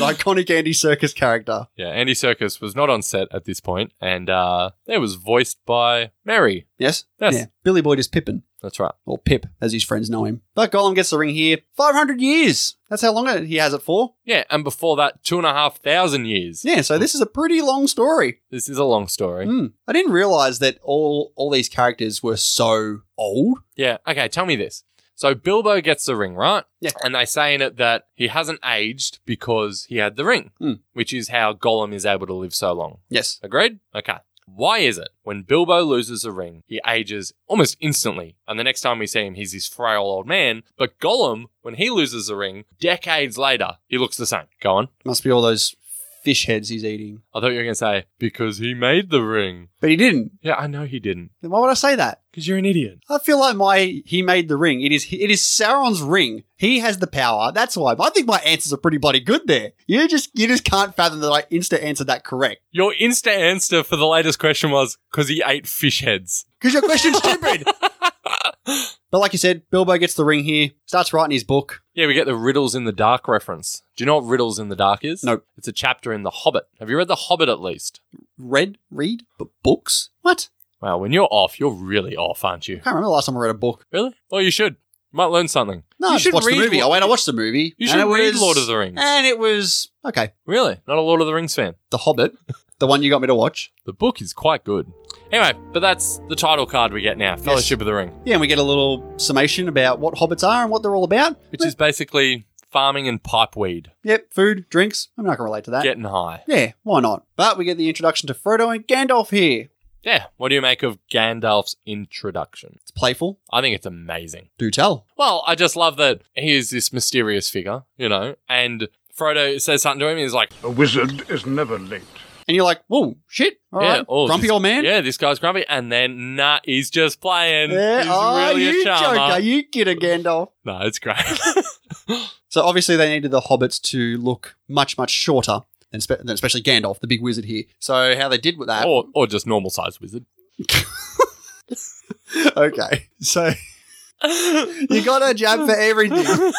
iconic Andy Circus character.
yeah, Andy Circus was not on set at this point, and uh, it was voiced by Mary.
Yes,
Yes.
Billy Boyd is Pippin.
That's right.
or Pip, as his friends know him. But Gollum gets the ring here. 500 years. That's how long he has it for.
Yeah, and before that, two and a half thousand years.
Yeah, so this is a pretty long story.
This is a long story.
Hmm. I didn't realize that all all these characters were so old.
Yeah. Okay, tell me this. So Bilbo gets the ring, right?
Yeah.
And they say in it that he hasn't aged because he had the ring,
Hmm.
which is how Gollum is able to live so long.
Yes.
Agreed? Okay. Why is it when Bilbo loses a ring, he ages almost instantly, and the next time we see him, he's this frail old man? But Gollum, when he loses a ring, decades later, he looks the same. Go on.
Must be all those fish heads he's eating.
I thought you were going to say, because he made the ring.
But he didn't.
Yeah, I know he didn't.
Then why would I say that?
Because you're an idiot.
I feel like my he made the ring. It is it is Sauron's ring. He has the power. That's why. But I think my answers are pretty bloody good there. You just you just can't fathom that I insta answered that correct.
Your insta answer for the latest question was, because he ate fish heads.
Because your question's stupid. But like you said, Bilbo gets the ring here, starts writing his book.
Yeah, we get the Riddles in the Dark reference. Do you know what Riddles in the Dark is?
Nope.
It's a chapter in The Hobbit. Have you read The Hobbit at least?
Read, read, but books? What?
Wow, when you're off, you're really off, aren't you?
I can't remember the last time I read a book.
Really? Well, you should. You might learn something.
No,
You
I just
should
watched the
read
movie.
Lo-
I went and watched the movie.
You
and
should
it
read
was-
Lord of the Rings.
And it was okay.
Really? Not a Lord of the Rings fan.
The Hobbit, the one you got me to watch.
The book is quite good. Anyway, but that's the title card we get now Fellowship of the Ring,
Yeah, and we get a little summation about what hobbits are and what they're all about.
which is basically farming and pipeweed,
Yep, food, drinks. I'm not gonna relate to that.
getting high.
Yeah, why not? But we get the introduction to Frodo and Gandalf here.
Yeah, what do you make of Gandalf's introduction?
It's playful.
I think it's amazing.
Do tell.
Well, I just love that he is this mysterious figure, you know, and Frodo says something to him. He's like,
A wizard is never late.
And you're like, whoa, shit. All right,
yeah, oh,
grumpy
this-
old man.
Yeah, this guy's grumpy. And then, nah, he's just playing.
Yeah,
he's
oh,
really
you
a charmer.
joker, you get a Gandalf.
No, it's great.
So obviously they needed the hobbits to look much, much shorter, than, spe- than especially Gandalf, the big wizard here. So how they did with that?
or, or just normal sized wizard.
Okay, so you got a jab for everything.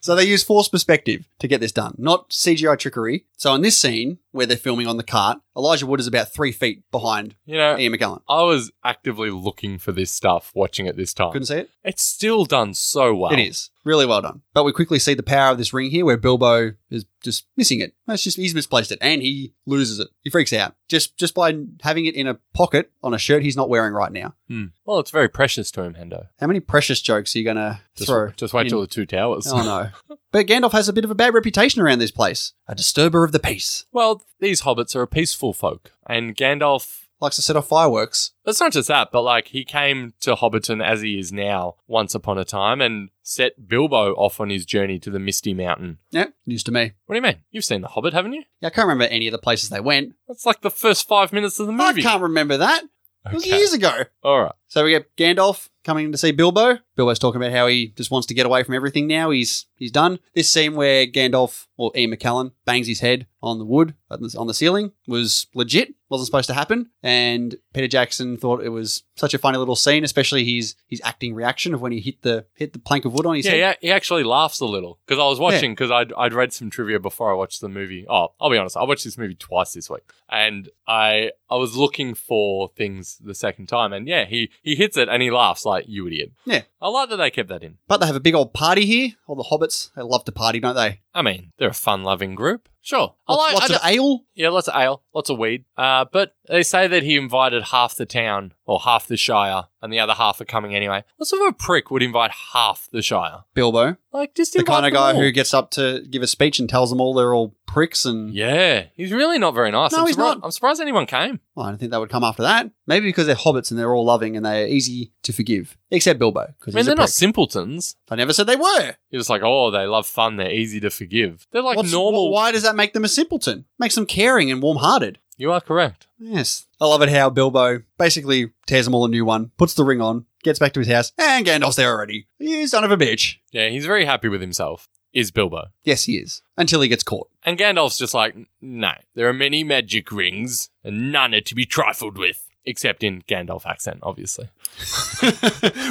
so they use force perspective to get this done, not CGI trickery. So in this scene where they're filming on the cart, Elijah Wood is about three feet behind
You know,
Ian McKellen.
I was actively looking for this stuff, watching it this time.
Couldn't see it.
It's still done so well.
It is really well done. But we quickly see the power of this ring here, where Bilbo is just missing it. That's just he's misplaced it, and he loses it. He freaks out just just by having it in a pocket on a shirt he's not wearing right now.
Hmm. Well, it's very precious to him, Hendo.
How many precious jokes are you gonna
Just,
throw?
just wait
in-
till the two towers.
Oh no! But Gandalf has a bit of a bad reputation around this place. A disturber of the peace.
Well, these hobbits are a peaceful folk, and Gandalf.
Likes to set off fireworks.
It's not just that, but like he came to Hobbiton as he is now, once upon a time, and set Bilbo off on his journey to the Misty Mountain.
Yep, news to me.
What do you mean? You've seen The Hobbit, haven't you?
Yeah, I can't remember any of the places they went.
That's like the first five minutes of the movie.
I can't remember that. It was
Okay.
years ago.
All right.
So we get Gandalf coming to see Bilbo. Bilbo's talking about how he just wants to get away from everything now. He's he's done. This scene where Gandalf or Ian McKellen bangs his head on the wood on the- on the ceiling was legit. wasn't supposed to happen. And Peter Jackson thought it was such a funny little scene, especially his his acting reaction of when he hit the hit the plank of wood on his
Yeah,
head.
yeah, he actually laughs a little because I was watching because I'd, I'd read some trivia before I watched the movie. Oh, I'll be honest, I watched this movie twice this week, and I I was looking for things the second time, and yeah, he he hits it and he laughs like you idiot.
Yeah.
I like that they kept that in.
But they have a big old party here. All the hobbits, they love to party, don't they?
I mean, they're a fun-loving group. Sure, I
Lots,
like.
lots
I
of
d-
ale.
yeah, lots of ale, lots of weed. Uh, but they say that he invited half the town or half the shire, and the other half are coming anyway. What sort of a prick would invite half the shire?
Bilbo,
Like just
the
invite
kind of
them
guy
all.
who gets up to give a speech and tells them all they're all pricks and
Yeah, he's really not very nice.
No,
I'm
he's
surpri-
not.
I'm surprised anyone came.
Well, I don't think that would come after that. Maybe because they're hobbits and they're all loving and they're easy to forgive, except Bilbo
I
because
mean,
he's
they're
a
not
prick.
simpletons.
I never said they were.
You're just like, oh, they love fun. They're easy to forgive. They're like
What's-
normal.
wh- Why does that make them a simpleton? Makes them caring and warm-hearted.
You are correct.
Yes, I love it how Bilbo basically tears them all a new one, puts the ring on, gets back to his house, and Gandalf's there already. You son of a bitch.
Yeah, he's very happy with himself. Is Bilbo.
Yes, he is until he gets caught.
And Gandalf's just like, no, there are many magic rings, and none are to be trifled with. Except in Gandalf accent, obviously.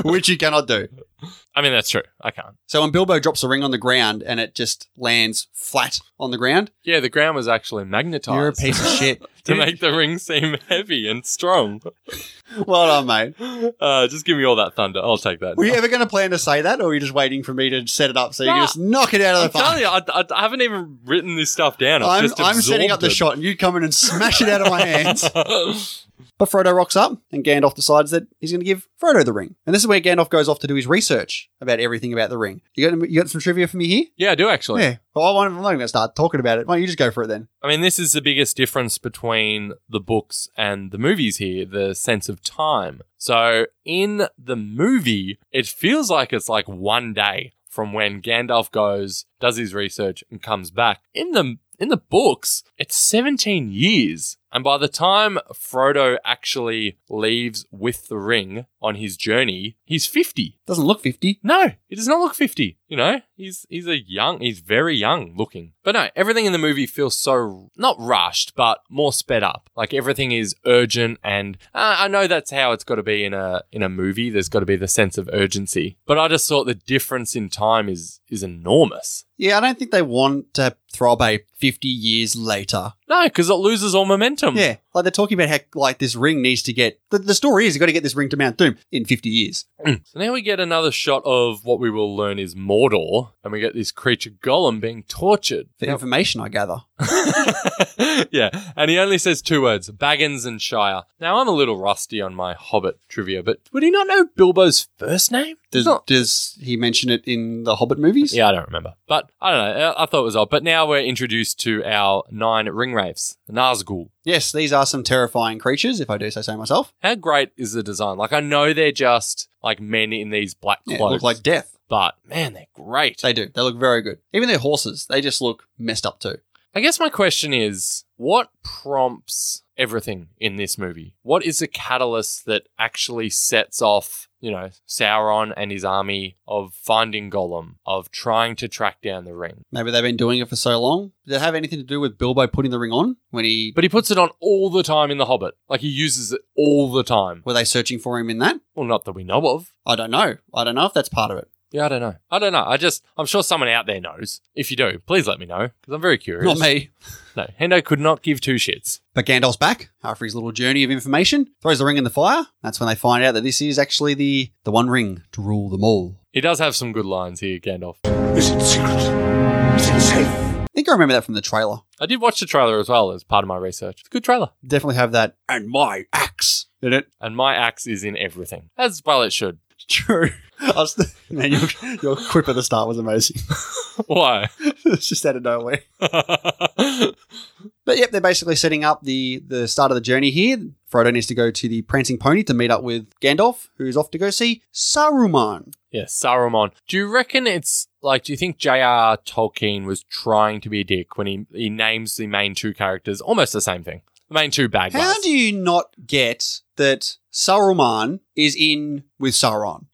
Which you cannot do.
I mean, that's true. I can't.
So when Bilbo drops the ring on the ground and it just lands flat on the ground,
Yeah, the ground was actually magnetized.
you're a piece of shit.
to make the ring seem heavy and strong.
well done, mate.
Uh, just give me all that thunder. I'll take that.
Were you ever going to plan to say that, or were you just waiting for me to set it up so you can
Nah.
just knock it out
I'm
of the
telling
park?
you, I, I- I haven't even written this stuff down. I've
I'm,
just
I'm setting
absorbed
up the
it.
shot, and you come in and smash it out of my hands. But Frodo rocks up, and Gandalf decides that he's going to give Frodo the ring. And this is where Gandalf goes off to do his research about everything about the ring. You got you got some trivia for me here?
Yeah, I do actually.
yeah. Well, I want- I'm not going to start talking about it. Why don't you just go for it then?
I mean, this is the biggest difference between the books and the movies here the sense of time. So, in the movie, it feels like it's like one day from when Gandalf goes, does his research, and comes back. In the in the books, it's 17 years. And by the time Frodo actually leaves with the ring on his journey, he's 50.
Doesn't look 50.
No, he does not look 50. You know, he's he's a young, he's very young looking. But no, everything in the movie feels so not rushed, but more sped up. Like everything is urgent and uh, I know that's how it's got to be in a in a movie. There's got to be the sense of urgency. But I just thought the difference in time is is enormous.
Yeah, I don't think they want to throw up a 50 years later.
No, cuz it loses all momentum.
Yeah, like they're talking about how like this ring needs to get. The, the story is you got to get this ring to Mount Doom in 50 years.
So now we get another shot of what we will learn is Mordor and we get this creature Gollum being tortured.
For information, I gather.
yeah, and he only says two words Baggins and Shire. Now, I'm a little rusty on my Hobbit trivia, but would he not know Bilbo's first name?
Does,
It's not-
does he mention it in the Hobbit movies?
yeah, I don't remember. But I don't know. I I thought it was odd. But now we're introduced to our nine ring wraiths, the Nazgul.
Yes, these are some terrifying creatures, if I do say so myself.
How great is the design? Like, I know they're just like men in these black
Yeah,
clothes,
look like death.
but man, they're great.
They do. They look very good. Even their horses, they just look messed up too.
I guess my question is what prompts everything in this movie? What is the catalyst that actually sets off, you know, Sauron and his army of finding Gollum, of trying to track down the ring?
Maybe they've been doing it for so long. Did it have anything to do with Bilbo putting the ring on when he?
But he puts it on all the time in The Hobbit. Like he uses it all the time.
Were they searching for him in that?
Well, not that we know of.
I don't know. I don't know if that's part of it.
Yeah, I don't know. I don't know. I just, I'm sure someone out there knows. If you do, please let me know because I'm very curious.
Not me.
No, Hendo could not give two shits.
But Gandalf's back after his little journey of information. Throws the ring in the fire. That's when they find out that this is actually the the one ring to rule them all.
He does have some good lines here, Gandalf.
Is it secret? Is it safe?
I think I remember that from the trailer.
I did watch the trailer as well as part of my research. It's a good trailer.
Definitely have that. And my axe in it.
and my axe is in everything, as well it should.
True. I was man, your, your quip at the start was amazing.
Why?
it's just out of nowhere.
yeah,
But yep, they're basically setting up the the start of the journey here. Frodo needs to go to the Prancing Pony to meet up with Gandalf, who's off to go see Saruman.
Saruman. Do you reckon it's like? Do you think J.R. Tolkien was trying to be a dick when he he names the main two characters almost the same thing? The main two bad guys.
How do you not get that Saruman is in with Sauron?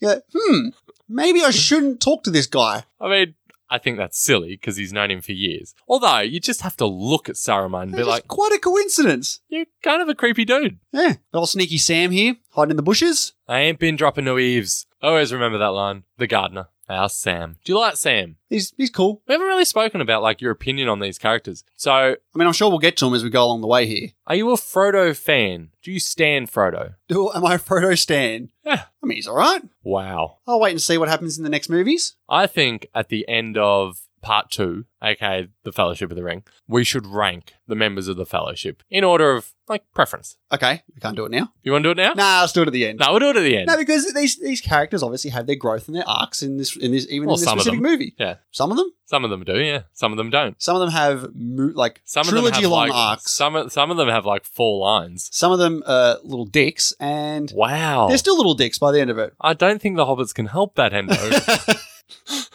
yeah, hmm. Maybe I shouldn't talk to this guy.
I mean, I think that's silly because he's known him for years. Although you just have to look at Saruman and be
It's
like,
quite a coincidence.
you're kind of a creepy dude.
Yeah. Little sneaky Sam here, hiding in the bushes.
I ain't been dropping no eaves. I always remember that line. The gardener. Our Sam. Do you like Sam?
He's he's cool.
We haven't really spoken about like your opinion on these characters. So
I mean, I'm sure we'll get to him as we go along the way here.
Are you a Frodo fan? Do you stand Frodo?
Do am I a Frodo Stan?
Yeah.
I mean, he's all right.
Wow.
I'll wait and see what happens in the next movies.
I think at the end of part two, aka the Fellowship of the Ring, we should rank the members of the Fellowship in order of like preference.
Okay, we can't do it now.
You want to do it now?
Nah, let's do it at the end.
No, we'll do it at the end.
No, because these these characters obviously have their growth and their arcs in this in this even
Well,
in this
some of
specific
them.
movie.
Yeah.
Some of them,
Some of them do, yeah. Some of them don't.
some of them have mo- like
Some of them
trilogy
have
long
like
arcs. Some-,
some some of them have like four lines.
of them uh, little dicks, and
Wow.
they're still little dicks by the end of it.
I don't think the hobbits can help that Hendo.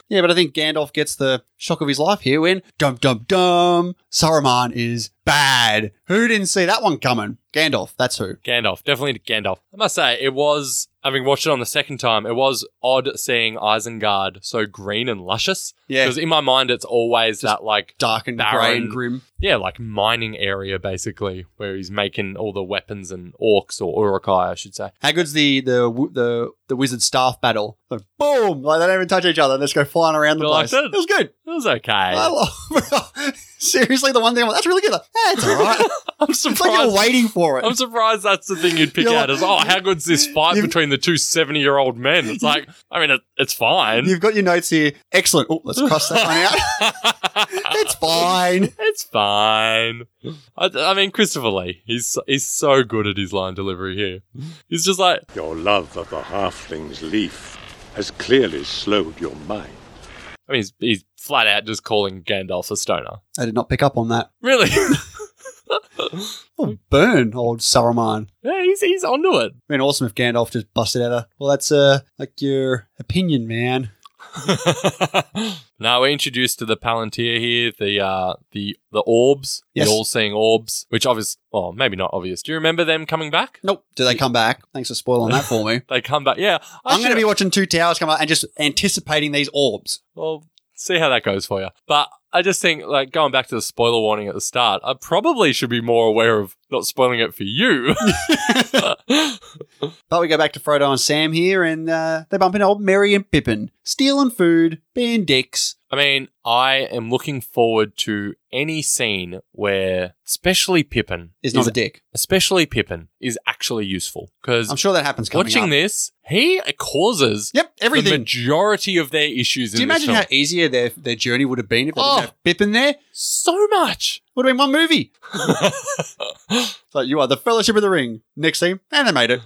yeah, but I think Gandalf gets the shock of his life here when dum dum dum Saruman is bad. Who didn't see that one coming? Gandalf, that's who.
Gandalf, definitely Gandalf. I must say, it was having watched it on the second time, it was odd seeing Isengard so green and luscious.
Yeah.
Because in my mind, it's always that like,
Dark and grey
Barren.
and grim.
yeah, like mining area basically, where he's making all the weapons and orcs or urukai, I should say.
How good's the the w- the the wizard staff battle? Like, boom! Like they don't even touch each other. They just go flying around the
You
place.
liked it?
was good.
It was okay.
I love Seriously, the one thing I'm like, that's really good. Like, eh, it's all right.
I'm
it's like you're
surprised.
waiting for it.
I'm surprised that's the thing you'd pick
You're
out
like-
as, oh, how good's this fight
You've-
between the two 70 year old men? It's like, I mean, it, it's fine.
You've got your notes here. Excellent. Oh, let's cross that one out. it's fine.
It's fine. I, I mean, Christopher Lee, he's he's so good at his line delivery here. He's just like,
Your love of the halfling's leaf has clearly slowed your mind.
I mean, he's, he's flat out just calling Gandalf a stoner.
I did not pick up on that.
Really?
Oh, burn, old Saruman.
yeah, he's he's onto it.
I mean, awesome if Gandalf just busted out a, well, that's uh, like your opinion, man.
now we're introduced to the Palantir here, the uh, the the orbs,
Yes.
the all-seeing orbs, which obvious, well, maybe not obvious. Do you remember them coming back?
Nope. Do they come back? Thanks for spoiling that for me.
They come back. Yeah, I
I'm going to
should've-
be watching Two Towers come out and just anticipating these orbs.
Well, see how that goes for you. But I just think, like, going back to the spoiler warning at the start, I probably should be more aware of not spoiling it for you.
But we go back to Frodo and Sam here, and uh, they bump into old Merry and Pippin, stealing food, being dicks.
I mean, I am looking forward to any scene where, especially Pippin,
Is not a dick.
especially Pippin, is actually useful. Because
I'm sure that happens. Coming
watching
up.
this, he causes
Yep,
the
everything.
majority of their issues
Do you
in this
imagine how
film.
easier their their journey would have been if they
Oh.
didn't have Pippin there?
so much.
Would have been one movie. It's like you are the Fellowship of the Ring. Next scene, and they made it.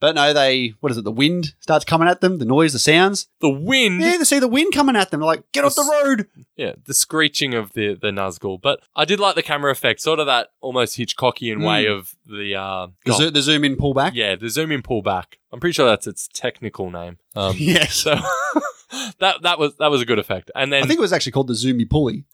But no, they what is it? The wind starts coming at them. The noise, the sounds.
the wind
Yeah, they see the wind coming at them. They're like, get off the road.
Yeah, the screeching of the the Nazgul. But I did like the camera effect, sort of that almost Hitchcockian
Mm.
way of the uh
The,
oh,
zo- the zoom in, pull back.
yeah, the zoom in pull back. I'm pretty sure that's its technical name. Um
Yes.
so that that was that was a good effect. And then
I think it was actually called the zoomy pulley.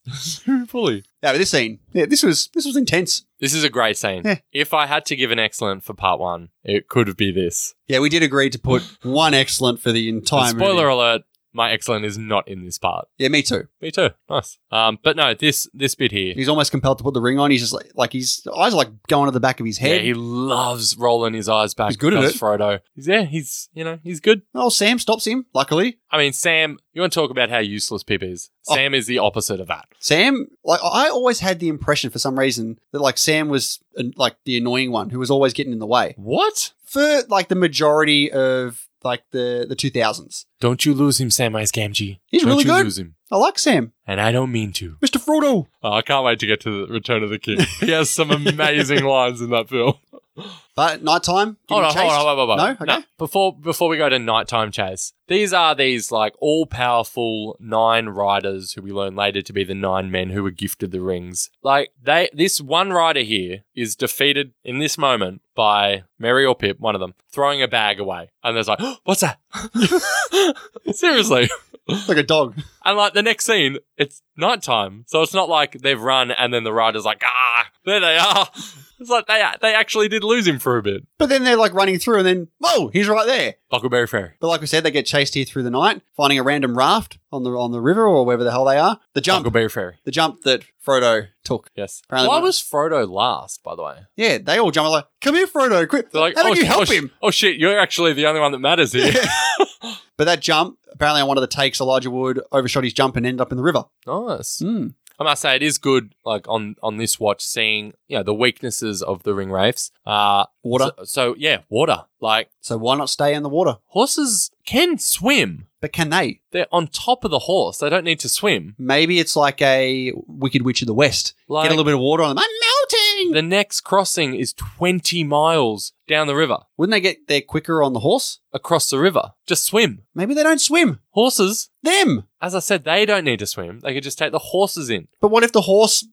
fully.
Yeah, but this scene. Yeah, this was this was intense.
This is a great scene.
Yeah.
If I had to give an excellent for part one, it could be this.
Yeah, we did agree to put one excellent for the entire
And spoiler
movie.
alert, my excellent is not in this part.
Yeah, me too.
Me too. Nice. Um, but no, this this bit here.
He's almost compelled to put the ring on. He's just like, like his eyes are like going to the back of his
Yeah,
head.
he loves rolling his eyes back.
He's good at
does
it.
Frodo. He's, yeah, he's you know he's good.
oh, Sam stops him. Luckily,
I mean, Sam, you want to talk about how useless Pip is?
Oh.
Sam is the opposite of that.
Sam. Like I always had the impression for some reason that like Sam was uh, like the annoying one who was always getting in the way
What?
for like the majority of like the the two thousands.
Don't you lose him, Sam Ice Gamgee.
He's
Don't
really
you
good.
lose him.
I like Sam,
And I don't mean to.
Mister Frodo.
Oh, I can't wait to get to the Return of the King. He has some amazing lines in that film.
But at night time,
Hold on, hold on, wait, wait, wait.
No, okay.
Before before we go to nighttime chase, these are these like all powerful nine riders who we learn later to be the nine men who were gifted the rings. Like they, this one rider here is defeated in this moment by Merry or Pip, one of them, throwing a bag away, and there's like, "Oh, what's that? Seriously,
like a dog.
and like the next scene, it's nighttime, so it's not like they've run and then the rider's like, ah, there they are. It's like they they actually did lose him for a bit.
But then they're like running through, and then whoa, he's right there.
Huckleberry Ferry.
But like we said, they get chased here through the night, finding a random raft on the on the river or wherever the hell they are. The jump,
Huckleberry Ferry.
the jump that Frodo took.
Yes.
Apparently
Why
not.
was Frodo last, by the way?
Yeah, they all jump like, "Come here, Frodo! Quick!
They're like,
How
oh,
did you
sh-
help
oh, sh-
him?"
Oh shit, you're actually the only one that matters here.
But that jump, apparently on one of the takes, Elijah Wood overshot his jump and ended up in the river.
nice.
Mm.
I must say, it is good, like on on this watch, seeing you know the weaknesses of the ring wraiths. Uh,
Water.
So, so yeah, water. Like
So why not stay in the water?
horses can swim.
But can they?
They're on top of the horse. They don't need to swim.
Maybe it's like a Wicked Witch of the West.
Like
Get a little bit of water on them. I'm melting.
the next crossing is twenty miles down the river,
Wouldn't they get there quicker on the horse?
across the river. Just swim.
Maybe they don't swim.
Horses,
Them.
as I said, they don't need to swim. They could just take the horses in.
But what if the horse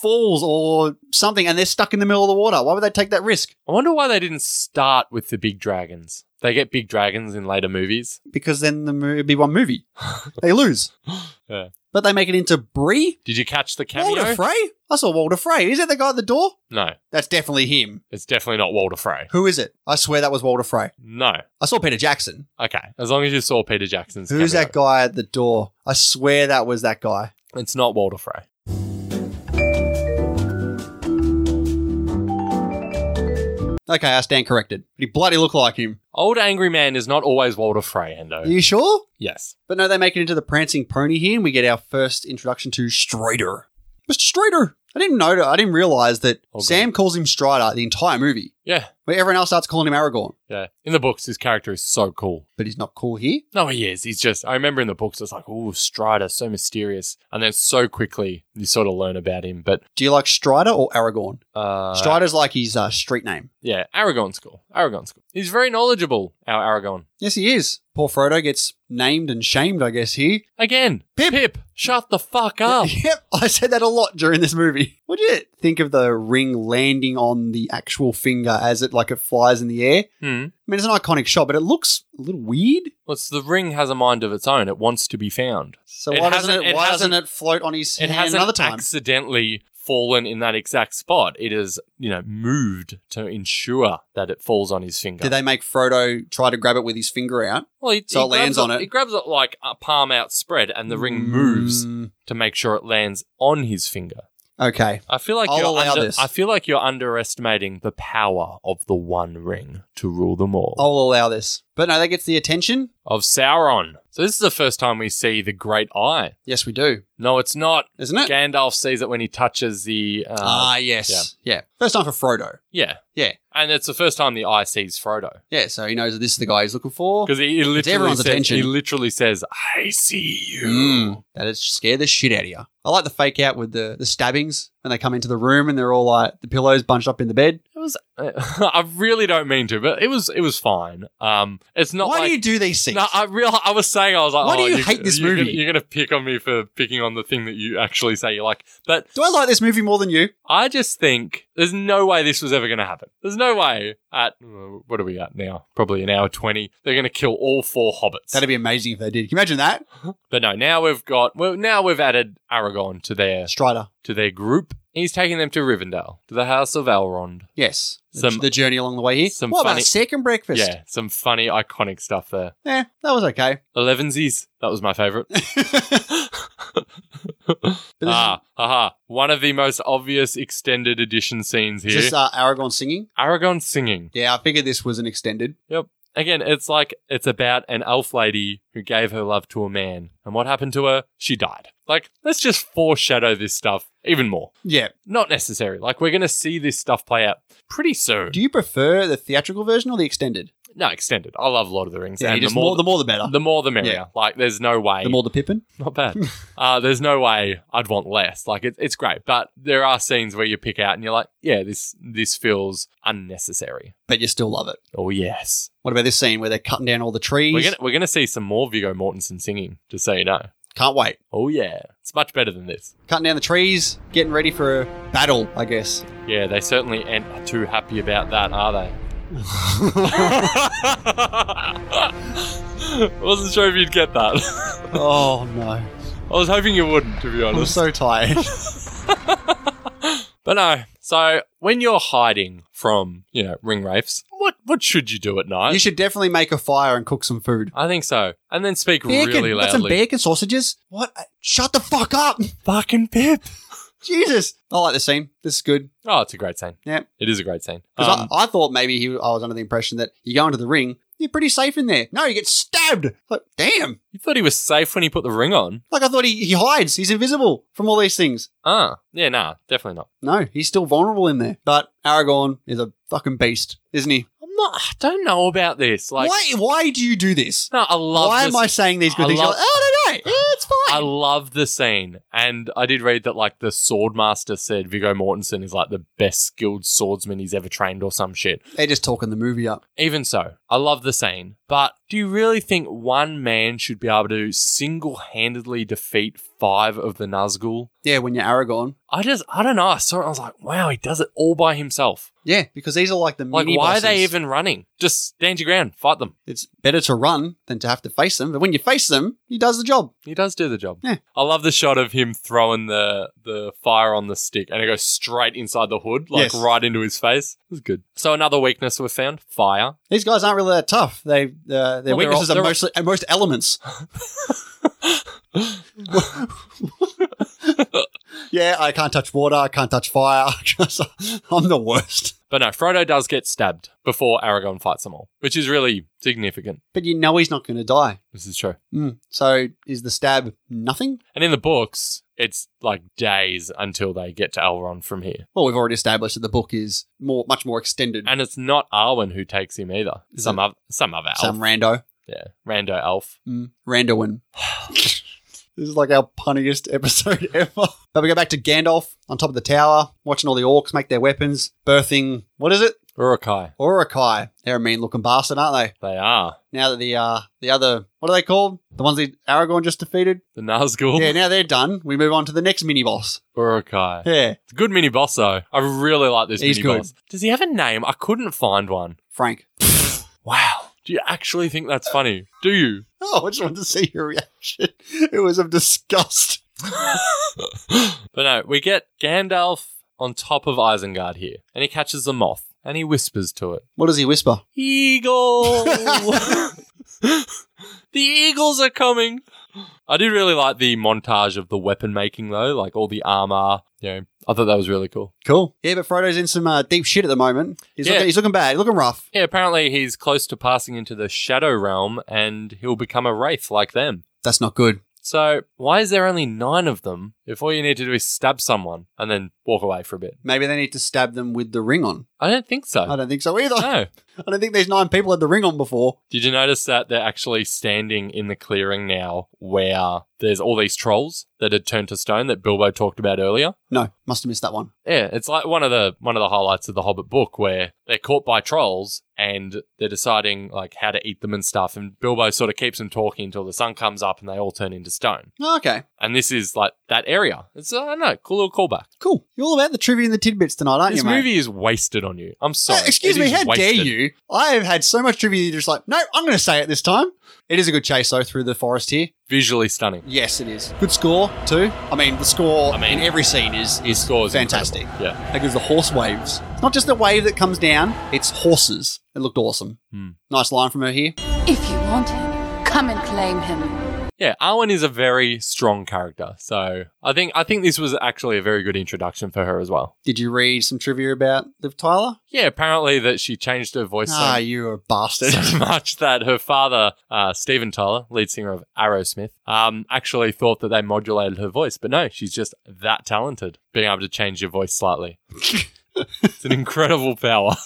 falls or something and they're stuck in the middle of the water? Why would they take that risk?
I wonder why they didn't start with the big dragons. They get big dragons in later movies.
Because then the movie would be one movie. they lose.
Yeah.
But they make it into Bree.
Did you catch the cameo?
Walter Frey? I saw Walter Frey. Is that the guy at the door?
no,
That's definitely him.
it's definitely not Walter Frey.
Who is it? I swear that was Walter Frey.
No.
I saw Peter Jackson.
Okay. As long as you saw Peter Jackson's
Who's
cameo.
that guy at the door? I swear that was that guy.
It's not Walter Frey.
Okay, I stand corrected. But he bloody looked like him.
Old Angry Man is not always Walter Frey, Endo.
Are you sure?
yes.
But no, they make it into the prancing pony here, and we get our first introduction to Strider. Mr. Strider. I didn't know. I didn't realize that
Okay.
Sam calls him Strider the entire movie,
Yeah,
where everyone else starts calling him Aragorn,
yeah. In the books, his character is so cool.
but he's not cool here.
No, he is. He's just. I remember in the books, it's like, ooh, Strider, so mysterious, and then so quickly you sort of learn about him. But
Do you like Strider or Aragorn?
uh,
Strider's like his uh, street name.
yeah, Aragon school. Aragon school. He's very knowledgeable. Our Aragon
Yes, he is. Poor Frodo gets named and shamed, I guess, here.
again.
Pip.
Pip, shut the fuck up.
Yep, I said that a lot during this movie. What do you think of the ring landing on the actual finger as it like it flies in the air?
hmm.
I mean, it's an iconic shot, but it looks a little weird.
Well, it's the ring has a mind of its own. It wants to be found.
So
It
why doesn't
hasn't-
it,
it
why
hasn't-
doesn't it float on his
It
hand
hasn't
another time?
accidentally fallen in that exact spot. It is, you know, moved to ensure that it falls on his finger.
Did they make Frodo try to grab it with his finger out?
well, he,
So
he
it lands
grabs
on it.
He grabs it like a palm outspread, and the ring moves
Mm,
to make sure it lands on his finger.
okay.
I feel like
I'll
you're
allow
under-
this.
I feel like you're underestimating the power of the One Ring to rule them all.
I'll allow this. But no, that gets the attention.
Of Sauron. So this is the first time we see the Great Eye.
Yes, we do.
No, it's not.
Isn't it?
Gandalf sees it when he touches the. Uh,
Ah, yes. Yeah. First time for Frodo.
yeah,
Yeah.
and it's the first time the Eye sees Frodo
Yeah, so he knows that this is the guy he's looking for.
because he, he literally
everyone's
says,
attention.
he literally says, "I see you."
Mm, that has scared the shit out of you. I like the fake out with the, the stabbings when they come into the room and they're all like the pillows bunched up in the bed.
It was. I really don't mean to, but it was. It was fine. Um, it's not.
Why
like,
do you do these things?
No, I real. I was saying I was like,
Why do
oh,
you hate this
you're
movie?
Gonna, you're gonna pick on me for picking on the thing that you actually say you like, but
do I like this movie more than you?
I just think there's no way this was ever gonna happen. There's no way at uh, what are we at now? Probably an hour twenty. They're gonna kill all four hobbits.
That'd be amazing if they did. Can you imagine that?
but no, now we've got. Well, now we've added Aragorn to their
Strider.
to their group. He's taking them to Rivendell to the house of Elrond.
Yes.
Some-
Some, the journey along the way here.
some
what
funny-
about second breakfast?
Yeah, some funny iconic stuff there.
Eh, that was okay.
Elevensies. That was my favorite.
But this
ah, aha. One of the most obvious extended edition scenes
is
here.
just uh, Aragorn singing.
Aragon singing.
Yeah, I figured this was an extended.
Again, it's like it's about an elf lady who gave her love to a man. And what happened to her? She died. Like, let's just foreshadow this stuff even more.
Yeah.
Not necessary. Like, we're going to see this stuff play out pretty soon.
Do you prefer the theatrical version or the extended?
no, extended. I love Lord of the Rings.
Yeah, you
and the
just more,
more,
the more the better.
the more the merrier.
Yeah.
Like, there's no way.
The more the Pippin.
Not bad. uh, there's no way I'd want less. Like it, it's great, but there are scenes where you pick out and you're like, yeah, this this feels unnecessary.
But you still love it.
Oh yes,
What about this scene where they're cutting down all the trees?
we're gonna we're gonna see some more Viggo Mortensen singing. Just so you know.
Can't wait.
Oh yeah, it's much better than this.
cutting down the trees, getting ready for a battle, I guess.
Yeah, they certainly ain't too happy about that, are they? Wasn't sure if you'd get that.
Oh no,
I was hoping you wouldn't, to be honest.
I'm so tired.
But no. So when you're hiding from, you know, ring wraiths, what what should you do at night?
you should definitely make a fire and cook some food.
I think so. And then speak
Bacon,
really
Got some
loudly.
bacon sausages. What? Shut the fuck up,
Fucking pip.
Jesus! I like this scene. This is good
Oh, it's a great scene.
Yeah.
It is a great scene.
because
Um,
I, I thought maybe he, I was under the impression that you go into the ring, you're pretty safe in there. No, you get stabbed. Like, damn!
you thought he was safe when he put the ring on.
Like I thought he, he hides. He's invisible from all these things.
Ah. Yeah, nah, definitely not.
No, he's still vulnerable in there. But Aragorn is a fucking beast, isn't he?
I'm not I don't know about this. Like
why? Why do you do this?
No, I love
Why
this.
am I saying these good
I
things?
love-
You're like, oh, no, no, yeah, it's
I
fine.
love the scene. And I did read that like the swordmaster said Viggo Mortensen is like the best skilled swordsman he's ever trained or some shit.
They're just talking the movie up.
Even so, I love the scene, but do you really think one man should be able to single handedly defeat five of the Nazgul?
Yeah, when you're Aragorn.
I just, I don't know. I saw it. I was like, wow, he does it all by himself.
Yeah, because these are like the
Like,
mini
why are they
bosses.
even running? Just stand your ground, fight them.
It's better to run than to have to face them. But when you face them, he does the job.
He does do the job.
Yeah.
I love the shot of him throwing the the fire on the stick and it goes straight inside the hood, like
Yes.
right into his face. It was good. So another weakness we found, fire.
These guys aren't really that tough. They uh, their
all-
weaknesses
they're
are
all-
mostly are most elements. yeah, I can't touch water. I can't touch fire. I'm the worst.
But no, Frodo does get stabbed before Aragorn fights them all, which is really significant.
But you know he's not going to die.
This is true.
Mm. So is the stab nothing?
And in the books, it's like days until they get to Elrond from here.
Well, we've already established that the book is more, much more extended.
And it's not Arwen who takes him either. Some other, some other elf.
Some rando,
yeah, rando elf.
mm, randoin. this is like our punniest episode ever. But we go back to Gandalf on top of the tower, watching all the orcs make their weapons, birthing what is it?
Urukai.
Orokai. They're a mean looking bastard, aren't they?
They are
Now that the uh the other what are they called? The ones that Aragorn just defeated?
the Nazgul.
Yeah, now they're done. We move on to the next mini boss.
Urukai.
Yeah.
It's a good mini boss though. I really like this
He's
mini
good.
boss. Does he have a name? I couldn't find one.
Frank.
Wow. Do you actually think that's funny? Do you?
Oh, I just wanted to see your reaction. It was of disgust.
But no, we get Gandalf on top of Isengard here, and he catches the moth and he whispers to it,
What does he whisper?
"Eagle, the eagles are coming." I did really like the montage of the weapon making though, like all the armor. You know, I thought that was really cool.
Cool. Yeah, but Frodo's in some uh, deep shit at the moment. He's,
Yeah.
looking, he's looking bad. He's looking rough.
Yeah, apparently he's close to passing into the Shadow Realm, and he'll become a wraith like them.
That's not good.
So, why is there only nine of them if all you need to do is stab someone and then walk away for a bit?
Maybe they need to stab them with the ring on.
I don't think so.
I don't think so either.
no.
I don't think these nine people had the ring on before.
Did you notice that they're actually standing in the clearing now where there's all these trolls that had turned to stone that Bilbo talked about earlier?
No, must have missed that one.
Yeah, it's like one of the one of the highlights of the Hobbit book where they're caught by trolls and they're deciding like how to eat them and stuff and Bilbo sort of keeps them talking until the sun comes up and they all turn into stone.
Oh, Okay,
And this is like that area. It's I don't know, cool little callback.
cool. You're all about the trivia and the tidbits tonight, aren't
This
you, mate?
movie is wasted on you. I'm sorry.
Uh, excuse
It
me,
is
how
wasted.
dare you? I have had so much trivia, you're just like, no, I'm going to say it this time. It is a good chase, though, through the forest here.
Visually stunning.
Yes, it is. Good score, too. I mean, the score
I mean,
in every scene is,
His
is
score is
fantastic.
incredible. Yeah.
That gives the horse waves. It's not just the wave that comes down, it's horses. It looked awesome.
Hmm.
Nice line from her here.
If you want him, come and claim him.
Yeah, Arwen is a very strong character. So I think I think this was actually a very good introduction for her as well.
Did you read some trivia about Liv Tyler?
Yeah, apparently that she changed her voice
Ah,
so,
you're a bastard.
so much that her father, uh, Steven Tyler, lead singer of Aerosmith, um, actually thought that they modulated her voice. But no, she's just that talented, being able to change your voice slightly. it's an incredible power.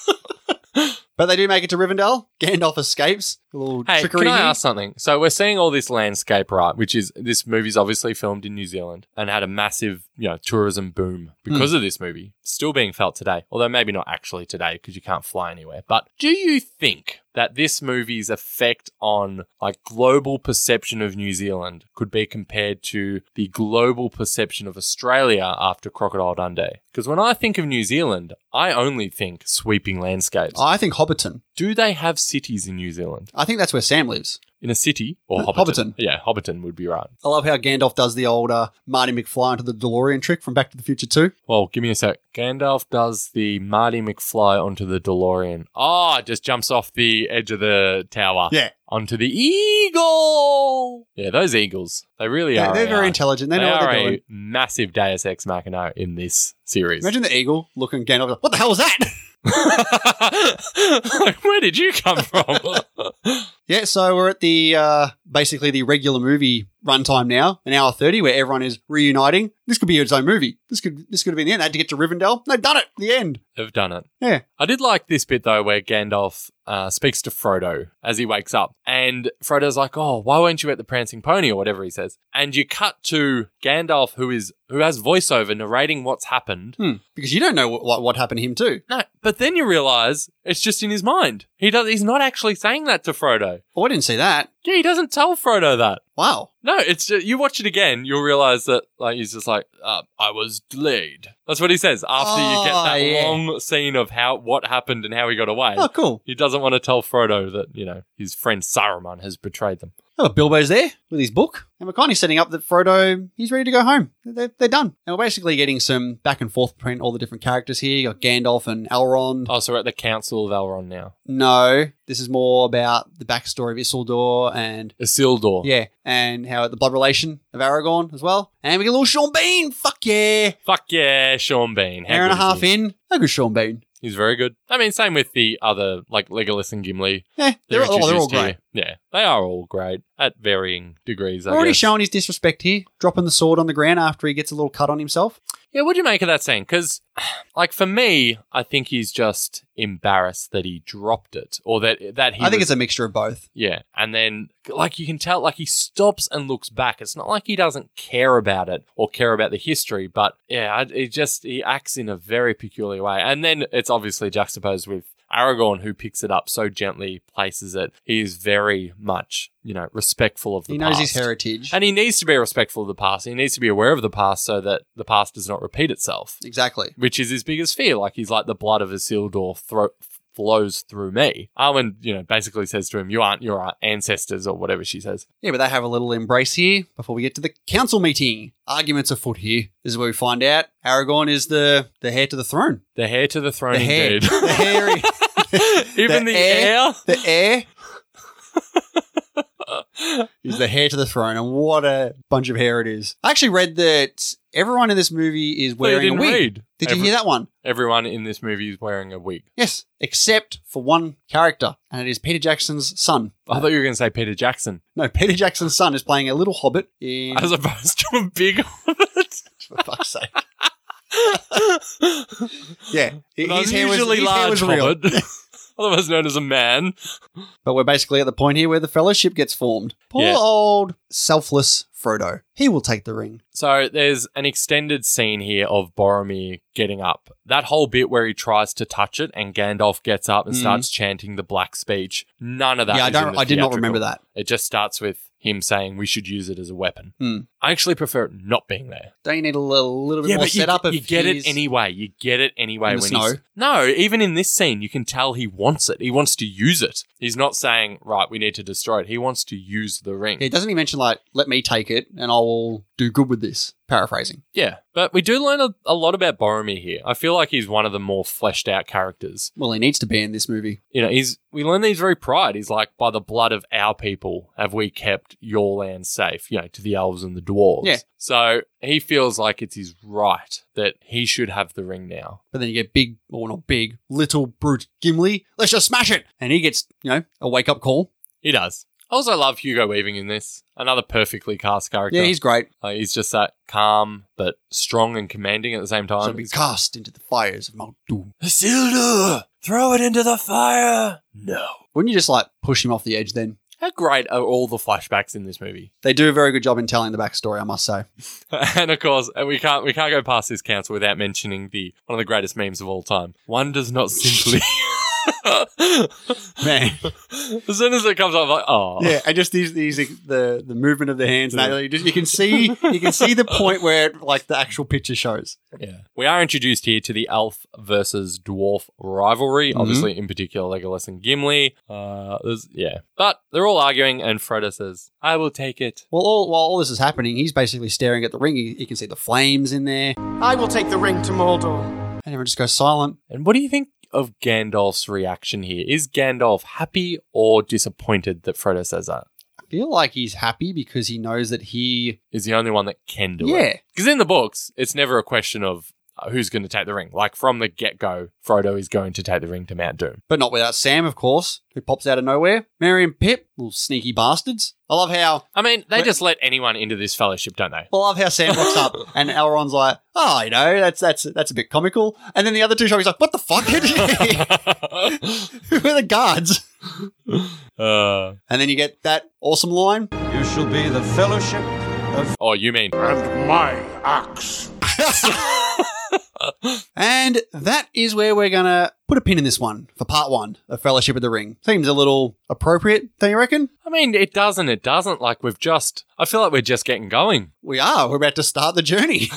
but they do make it to Rivendell. Gandalf escapes. A little
Hey,
trickery.
can I
here.
ask something? So we're seeing all this landscape, right? Which is this movie's obviously filmed in New Zealand and had a massive, you know, tourism boom because of this movie. Still being felt today, although maybe not actually today because you can't fly anywhere. But do you think that this movie's effect on like global perception of New Zealand could be compared to the global perception of Australia after Crocodile Dundee? Because when I think of New Zealand, I only think sweeping landscapes.
I think Hobbiton.
do they have cities in New Zealand?
I think that's where Sam lives.
in a city or
Uh,
Hobbiton.
Hobbiton.
Yeah, Hobbiton would be right.
I love how Gandalf does the old uh, Marty McFly into the DeLorean trick from Back to the Future 2.
Well, give me a sec. Gandalf does the Marty McFly onto the DeLorean. Ah, just jumps off the edge of the tower.
Yeah.
Onto the eagle. Yeah, those eagles. They really
They're,
are.
they're
a-
very intelligent. They,
They,
know what
are
they're doing.
a massive Deus Ex Machina in this series.
Imagine the eagle looking at Gandalf. like, What the hell was that?
Like, Where did you come from?
yeah, so we're at the uh, basically the regular movie runtime now, an hour thirty, where everyone is reuniting. This could be its own movie. This could this could have been the end. They had to get to Rivendell. They've done it. The end.
They've done it.
Yeah.
I did like this bit though, where Gandalf uh, speaks to Frodo as he wakes up, and Frodo's like, "Oh, why weren't you at the Prancing Pony or whatever he says?" And you cut to Gandalf, who is who has voiceover narrating what's happened.
Hmm. Because you don't know what, what what happened to him too.
No, but then you realize it's just in his mind. He does. He's not actually saying that to Frodo.
Oh, I didn't see that.
Yeah, he doesn't tell Frodo that.
Wow.
No, it's just, you watch it again, you'll realize that like he's just like, uh, I was delayed. That's what he says after you get
Oh,
that
yeah.
long scene of how what happened and how he got away.
Oh, cool.
He doesn't want to tell Frodo that, you know, his friend Saruman has betrayed them.
Oh, Bilbo's there with his book, and we're kind of setting up that Frodo he's ready to go home. They're, they're done, and we're basically getting some back and forth between all the different characters here. You got Gandalf and Elrond.
Oh, so we're at the Council of Elrond now.
No, this is more about the backstory of Isildur and
Isildur.
Yeah, and how the blood relation of Aragorn as well. And we get a little Sean Bean. Fuck yeah.
Fuck yeah, Sean Bean. How
Hour and a
good is
half
he?
in. A good Sean Bean.
He's very good. I mean, same with the other, like Legolas and Gimli.
Yeah, they're, all, they're all
introduced
great.
here. Yeah, they are all great at varying degrees. I
Already
guess.
showing his disrespect here, dropping the sword on the ground after he gets a little cut on himself.
Yeah, what do you make of that scene? Because, like, for me, I think he's just embarrassed that he dropped it, or that that he.
I think it's
was-
a mixture of both.
Yeah. And then, like, you can tell, like, he stops and looks back. It's not like he doesn't care about it or care about the history, but yeah, I- it just, he acts in a very peculiar way. And then it's obviously juxtaposed with Aragorn, who picks it up so gently, places it. He is very much, you know, respectful of the
He knows his
past.
heritage.
And he needs to be respectful of the past. He needs to be aware of the past so that the past does not repeat itself
exactly.
which is his biggest fear. Like he's like the blood of Isildur thro- flows through me. Arwen, you know, basically says to him, "You aren't your ancestors," or whatever she says.
Yeah, but they have a little embrace here before we get to the council meeting. Arguments afoot here. This is where we find out Aragorn is the, the heir to the throne.
The heir to the throne,
The heir.
indeed.
The heir.
Even the, heir.
The heir. is the heir to the throne, and what a bunch of hair it is. I actually read that everyone in this movie is
Well, you
wearing
didn't
a wig.
read.
Did you
Every-
hear that one?
Everyone in this movie is wearing a wig.
Yes, except for one character, and it is Peter Jackson's son.
I thought you were going to say Peter Jackson,
No, Peter Jackson's son is playing a little hobbit in.
as opposed to a big hobbit.
for fuck's sake. Yeah,
An
his hair was-
unusually
his hair
large
was real.
hobbit, otherwise known as a man.
But we're basically at the point here where the fellowship gets formed. Poor
Yeah.
old selfless Frodo. He will take the ring.
So there's an extended scene here of Boromir getting up. That whole bit where he tries to touch it and Gandalf gets up and
Mhm.
starts chanting the black speech. None of that.
yeah, I
is in
don't.
the
I did not remember
theatrical.
that.
It just starts with him saying we should use it as a weapon.
Hmm.
I actually prefer it not being there.
Don't you need a little, little bit more
you,
setup?
you
if
get it
he's-
anyway. You get it anyway
In the
when
snow?
he's no. Even in this scene, you can tell he wants it. He wants to use it. He's not saying right. We need to destroy it. He wants to use the ring.
Yeah, doesn't he mention like, "Let me take it, and I will do good with this"? Paraphrasing.
Yeah, but we do learn a, a lot about Boromir here. I feel like he's one of the more fleshed out characters.
Well, he needs to be in this movie.
You know, he's we learn that he's very proud. He's like, by the blood of our people have we kept your land safe, you know, to the elves and the dwarves.
Yeah.
So he feels like it's his right that he should have the ring now.
But then you get big, or not big, little brute Gimli. Let's just smash it, and he gets you know a wake up call.
He does. I also love Hugo Weaving in this. Another perfectly cast character.
Yeah, he's great.
Like, he's just that calm but strong and commanding at the same time.
So be cast into the fires of Muldoon.
Isildur, throw it into the fire. No.
Wouldn't you just like push him off the edge? Then
How great are all the flashbacks in this movie?
they do a very good job in telling the backstory, I must say.
and of course, and we can't we can't go past this council without mentioning the one of the greatest memes of all time. One does not simply.
Man,
as soon as it comes up, I'm like, oh,
yeah, and just these these the the movement of the hands. and that, you, just, you can see you can see the point where like the actual picture shows.
Yeah. We are introduced here to the elf versus dwarf rivalry, obviously, in particular, Legolas and Gimli. Uh, there's- yeah. But they're all arguing, and Frodo says, I will take it.
Well, all, while all this is happening, he's basically staring at the ring. He, he can see the flames in there, and
I will take the ring to Mordor.
everyone just goes silent.
And what do you think of Gandalf's reaction here? Is Gandalf happy or disappointed that Frodo says that?
I feel like he's happy because he knows that he
is the only one that can do it.
Yeah.
Because in the books, it's never a question of uh, who's going to take the ring. Like from the get go, Frodo is going to take the ring to Mount Doom.
But not without Sam, of course, who pops out of nowhere. Merry and Pip, little sneaky bastards. I love how
I mean, they
Right.
just let anyone into this fellowship, don't they?
I love how Sam walks up and Elrond's like, "Oh, you know, that's that's that's a bit comical." And then the other two show, he's like, "What the fuck? Who are the guards?"
uh,
And then you get that awesome line.
You shall be the fellowship of
oh, you mean.
And my axe.
And that is where we're gonna put a pin in this one for part one of Fellowship of the Ring. Seems a little appropriate, don't you reckon?
I mean, it doesn't. It doesn't. Like, we've just. I feel like we're just getting going.
We are. We're about to start the journey.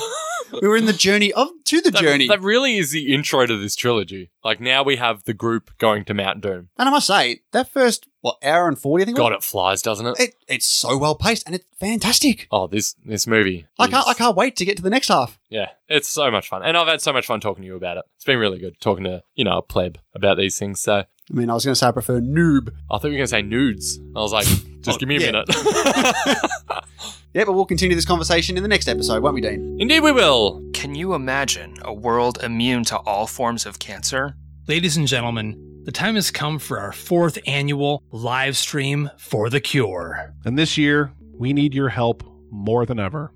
we were in the journey of to the
That,
journey.
that really is the intro to this trilogy. Like, now we have the group going to Mount Doom.
And I must say, that first what hour and forty, I think. it was,
God, it flies, doesn't it?
It, it's so well paced and it's fantastic.
Oh, this this movie.
I can't, I
is-
can't wait to get to the next half.
Yeah, it's so much fun. And I've had so much fun talking to you about it. It's been really good talking to, you know, a pleb about these things. So I
I mean, I was going to say I prefer noob.
thought you were going to say nudes. I was like, just give me a
yeah.
minute.
Yeah, but we'll continue this conversation in the next episode, won't we, Dean?
Indeed, we will.
Can you imagine a world immune to all forms of cancer?
Ladies and gentlemen,
The time has come for our fourth annual live stream for the cure.
And this year, we need your help more than ever.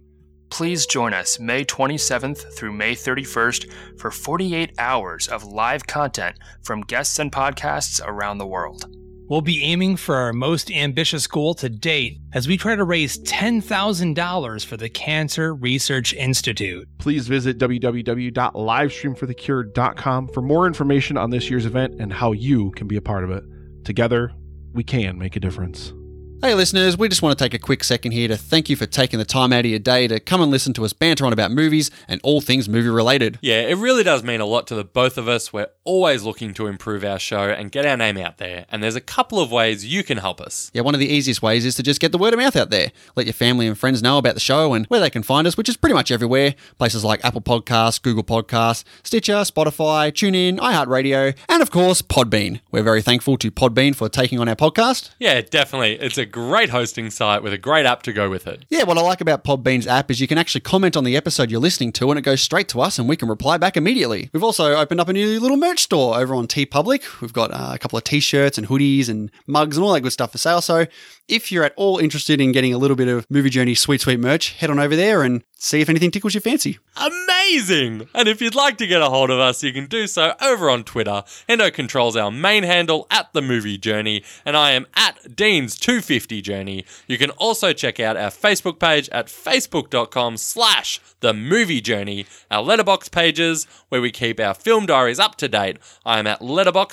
Please join us May 27th through May 31st for 48 hours of live content from guests and podcasts around the world.
We'll be aiming for our most ambitious goal to date as we try to raise $10,000 for the Cancer Research Institute.
Please visit www.livestreamforthecure.com for more information on this year's event and how you can be a part of it. Together, we can make a difference.
Hey, listeners, we just want to take a quick second here to thank you for taking the time out of your day to come and listen to us banter on about movies and all things movie related.
Yeah, it really does mean a lot to the both of us. We're always looking to improve our show and get our name out there, and there's a couple of ways you can help us.
Yeah, one of the easiest ways is to just get the word of mouth out there. Let your family and friends know about the show and where they can find us, which is pretty much everywhere. Places like Apple Podcasts, Google Podcasts, Stitcher, Spotify, TuneIn, iHeartRadio, and of course, Podbean. We're very thankful to Podbean for taking on our podcast.
Yeah, definitely. It's a great hosting site with a great app to go with it.
Yeah, what I like about Podbean's app is you can actually comment on the episode you're listening to and it goes straight to us and we can reply back immediately. We've also opened up a new little merch store over on TeePublic. We've got uh, a couple of t-shirts and hoodies and mugs and all that good stuff for sale. So if you're at all interested in getting a little bit of Movie Journey sweet, sweet merch, head on over there and see if anything tickles your fancy.
Amazing! And if you'd like to get a hold of us, you can do so over on Twitter. Hendo controls our main handle at the movie journey, and I am at Dean's 250 journey. You can also check out our Facebook page at facebook.com slash the movie journey, our letterbox pages where we keep our film diaries up to date. I am at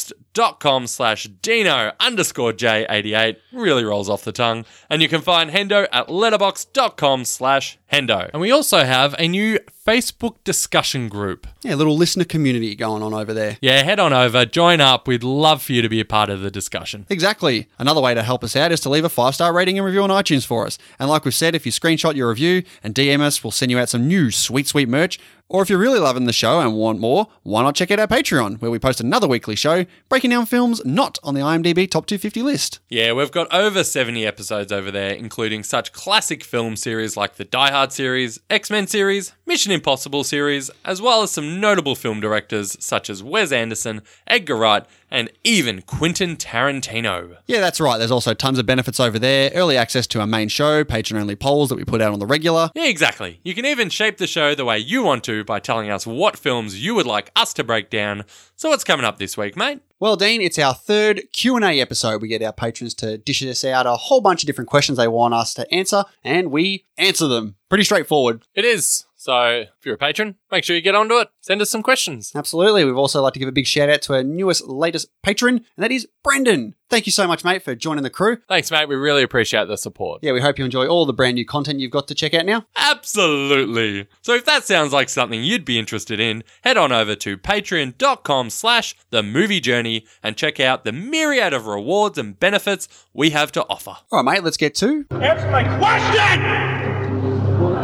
letterboxd.com slash Dino underscore J88. Really rolls off the tongue. And you can find Hendo at letterboxd.com slash Hendo. And we also have a new Facebook discussion group.
Yeah, a little listener community going on over there.
Yeah, head on over, join up. We'd love for you to be a part of the discussion.
Exactly. Another way to help us out is to leave a five star rating and review on iTunes for us. And like we've said, if you screenshot your review and DM us, we'll send you out some new sweet, sweet merch. Or if you're really loving the show and want more, why not check out our Patreon, where we post another weekly show breaking down films not on the IMDb Top 250 list.
Yeah, we've got over 70 episodes over there, including such classic film series like the Die Hard series, X Men series, Mission Impossible series, as well as some notable film directors such as Wes Anderson, Edgar Wright, and even Quentin Tarantino.
Yeah, that's right. There's also tons of benefits over there early access to our main show, patron only polls that we put out on the regular.
Yeah, exactly. You can even shape the show the way you want to by telling us what films you would like us to break down. So what's coming up this week, mate?
Well, Dean, it's our third Q&A episode. We get our patrons to dish us out a whole bunch of different questions they want us to answer, and we answer them. Pretty straightforward.
It is. So if you're a patron, make sure you get onto it. Send us some questions.
Absolutely. We'd also like to give a big shout out to our newest, latest patron, and that is Brendan. Thank you so much, mate, for joining the crew.
Thanks, mate. We really appreciate the support.
Yeah, we hope you enjoy all the brand new content you've got to check out now.
Absolutely. So if that sounds like something you'd be interested in, head on over to patreon.com slash the movie journey and check out the myriad of rewards and benefits we have to offer.
All right, mate, let's get to
Answer my question!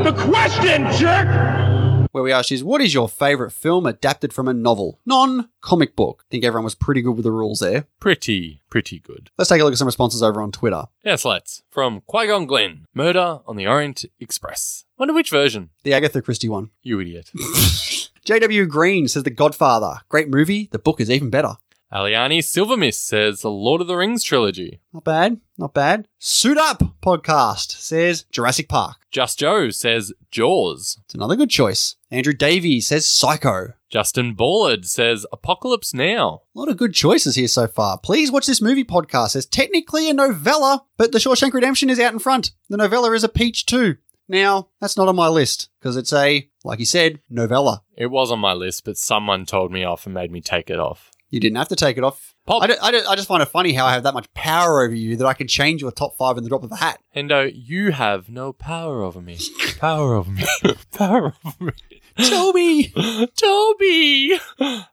The question, jerk!
where we asked is what is your favorite film adapted from a novel, non comic book? I think everyone was pretty good with the rules there.
Pretty, pretty good.
Let's take a look at some responses over on Twitter.
Yes, let's. From Qui-Gon Glenn, Murder on the Orient Express. Wonder which version?
The Agatha Christie one.
You idiot.
J.W. Green says The Godfather. Great movie. The book is even better.
Aliani Silvermist says the Lord of the Rings trilogy.
Not bad. Not bad. Suit Up podcast says Jurassic Park.
Just Joe says Jaws.
It's another good choice. Andrew Davies says Psycho.
Justin Ballard says Apocalypse Now.
A lot of good choices here so far. Please watch this movie podcast. It's technically a novella, but The Shawshank Redemption is out in front. The novella is a peach too. Now, that's not on my list because it's a, like you said, novella.
It was on my list, but someone told me off and made me take it off.
You didn't have to take it off.
Pop.
I, ju- I ju- I just find it funny how I have that much power over you that I can change your top five in the drop of a hat.
Hendo, you have no power over me. power over me. power over me.
Toby!
Toby!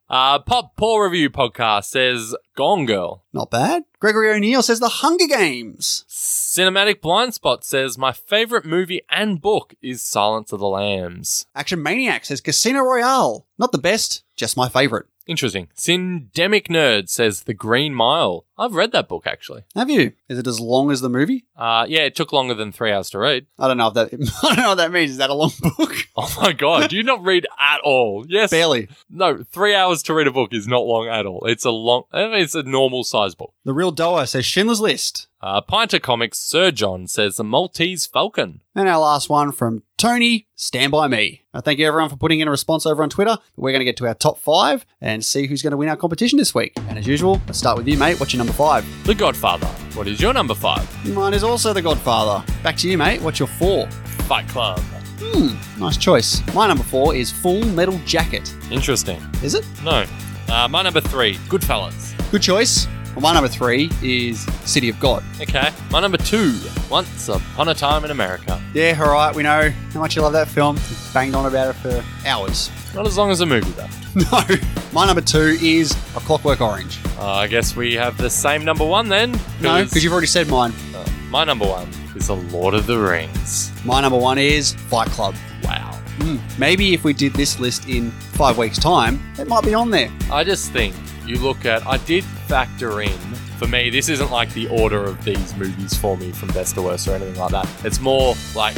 Uh, Pop Poor Review Podcast says Gone Girl.
Not bad. Gregory O'Neill says The Hunger Games.
Cinematic Blind Spot says my favorite movie and book is Silence of the Lambs.
Action Maniac says Casino Royale. Not the best, Just my favorite.
Interesting. Syndemic Nerd says The Green Mile. I've read that book actually.
Have you? Is it as long as the movie?
Uh, yeah, it took longer than three hours to read.
I don't know if that. I don't know what that means. Is that a long book?
Oh my god, do you not read at all? Yes.
Barely.
No, three hours to read a book is not long at all. It's a long, I mean, it's a normal size book.
The real Doa says Schindler's List.
Uh, Pinter Comics Sir John says The Maltese Falcon.
And our last one from Tony, Stand By Me. I thank you everyone for putting in a response over on Twitter. We're going to get to our top five and see who's going to win our competition this week. And as usual, let's start with you, mate. What's your number five?
The Godfather. What is your number five?
Mine is also The Godfather. Back to you, mate. What's your four?
Fight Club.
Hmm, nice choice. My number four is Full Metal Jacket.
Interesting.
Is it?
No. Uh, my number three, Goodfellas.
Good choice. Well, my number three is City of God.
Okay. My number two, Once Upon a Time in America.
Yeah, all right, we know how much you love that film. You've banged on about it for hours.
Not as long as a movie though.
No, my number two is A Clockwork Orange.
Uh, I guess we have the same number one then.
No, because you've already said mine.
Uh, my number one is The Lord of the Rings.
My number one is Fight Club.
Wow.
Hmm, maybe if we did this list in five weeks' time, it might be on there.
I just think you look at, I did factor in, for me, this isn't like the order of these movies for me from best to worst or anything like that. It's more like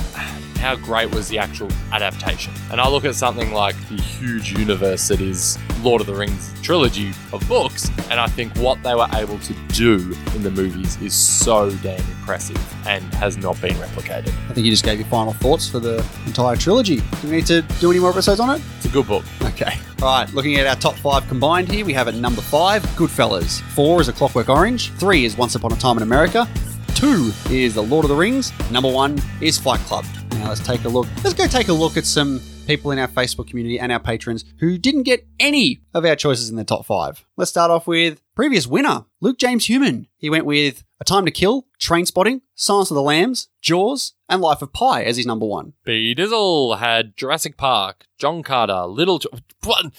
how great was the actual adaptation. And I look at something like the huge universe that is Lord of the Rings trilogy of books, and I think what they were able to do in the movies is so damn impressive and has not been replicated.
I think you just gave your final thoughts for the entire trilogy. Do we need to do any more episodes on it?
It's a good book.
Okay. All right, looking at our top five combined here, we have at number five, Goodfellas. Four is A Clockwork Orange. Three is Once Upon a Time in America. Two is The Lord of the Rings. Number one is Fight Club. Now let's take a look. Let's go take a look at some people in our Facebook community and our patrons who didn't get any of our choices in the top five. Let's start off with previous winner, Luke James Human. He went with A Time to Kill, Train Spotting, Silence of the Lambs, Jaws, and Life of Pi as his number one.
B. Dizzle had Jurassic Park, John Carter, Little. Ch- What?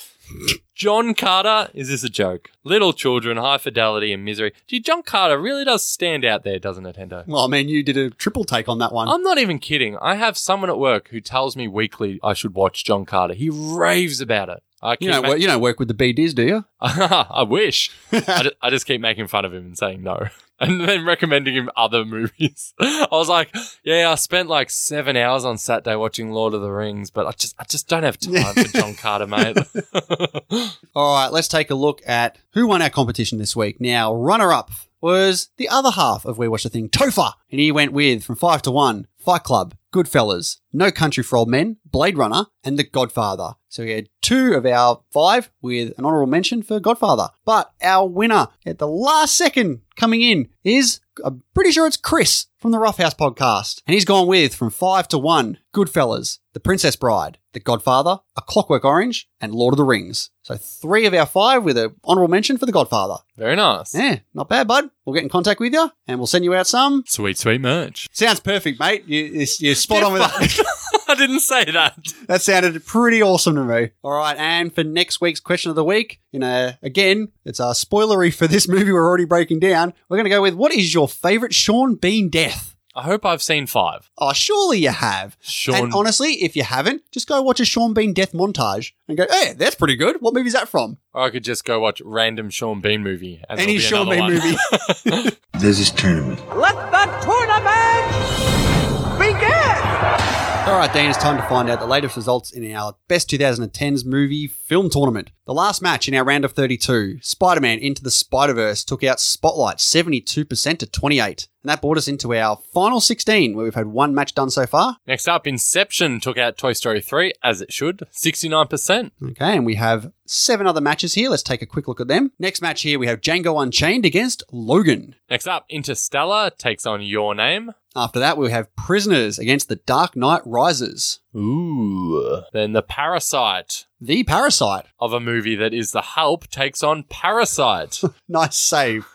John Carter? Is this a joke? Little Children, High Fidelity, and Misery. Gee, John Carter really does stand out there, doesn't it, Hendo?
Well, I mean, you did a triple take on that one.
I'm not even kidding. I have someone at work who tells me weekly I should watch John Carter. He raves about it. I
you
keep
don't,
ma-
work, you don't work with the BDs, do you?
I wish. I, ju- I just keep making fun of him and saying no. And then recommending him other movies. I was like, yeah, I spent like seven hours on Saturday watching Lord of the Rings, but I just I just don't have time for John Carter, mate.
All right, let's take a look at who won our competition this week. Now, runner up was the other half of We Watch the Thing, Topher. And he went with from 5 to 1, Fight Club, Goodfellas, No Country for Old Men, Blade Runner, and The Godfather. So we had two of our five with an honorable mention for Godfather. But our winner at the last second coming in is, I'm pretty sure it's Chris from the Roughhouse podcast. And he's gone with from 5 to 1, Goodfellas, The Princess Bride, The Godfather, A Clockwork Orange, and Lord of the Rings. So three of our five with an honorable mention for The Godfather.
Very nice.
Yeah, not bad, bud. We'll get in contact with you and we'll send you out some.
Sweet, sweet merch.
Sounds perfect, mate. You, you- you're spot on with that.
I didn't say that.
That sounded pretty awesome to me. All right, and for next week's question of the week, you know, again, it's uh, spoilery for this movie we're already breaking down. We're going to go with what is your favorite Sean Bean death?
I hope I've seen five.
Oh, surely you have.
Sean.
And honestly, if you haven't, just go watch a Sean Bean death montage and go, hey, that's pretty good. What movie is that from?
or I could just go watch random Sean Bean movie. And
Any
there'll
Sean
be
Bean
another one.
movie.
There's this tournament.
Let the tournament begin!
All right, Dan, it's time to find out the latest results in our Best 2010s Movie Film Tournament. The last match in our round of 32, Spider Man Into the Spider Verse, took out Spotlight 72% to 28. And that brought us into our final 16, where we've had one match done so far.
Next up, Inception took out Toy Story 3, as it should, 69%.
Okay, and we have seven other matches here. Let's take a quick look at them. Next match here, we have Django Unchained against Logan.
Next up, Interstellar takes on Your Name.
After that, we have Prisoners against The Dark Knight Rises.
Ooh. Then The Parasite
The Parasite.
of a movie that is The Help takes on Parasite.
Nice save.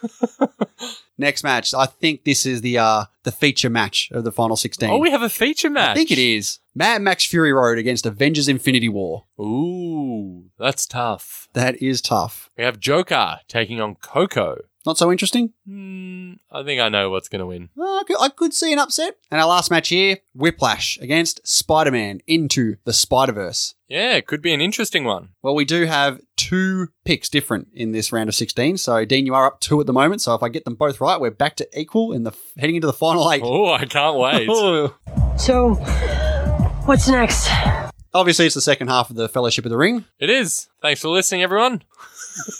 Next match, I think this is the uh, the feature match of the final sixteen.
oh, we have a feature match.
I think it is Mad Max Fury Road against Avengers Infinity War.
Ooh, that's tough.
That is tough.
We have Joker taking on Coco.
Not so interesting?
Hmm, I think I know what's going to win.
Uh, I could- I could see an upset. And our last match here Whiplash against Spider Man into the Spider Verse.
Yeah, it could be an interesting one.
Well, we do have two picks different in this round of 16. So, Dean, you are up two at the moment. So, if I get them both right, we're back to equal in the heading into the final eight.
Oh, I can't wait.
So, what's next?
Obviously, it's the second half of the Fellowship of the Ring.
it is. Thanks for listening, everyone.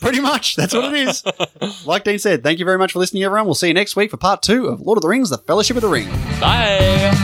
Pretty much. That's what it is. like Dean said, thank you very much for listening, everyone. We'll see you next week for part two of Lord of the Rings, The Fellowship of the Ring.
Bye.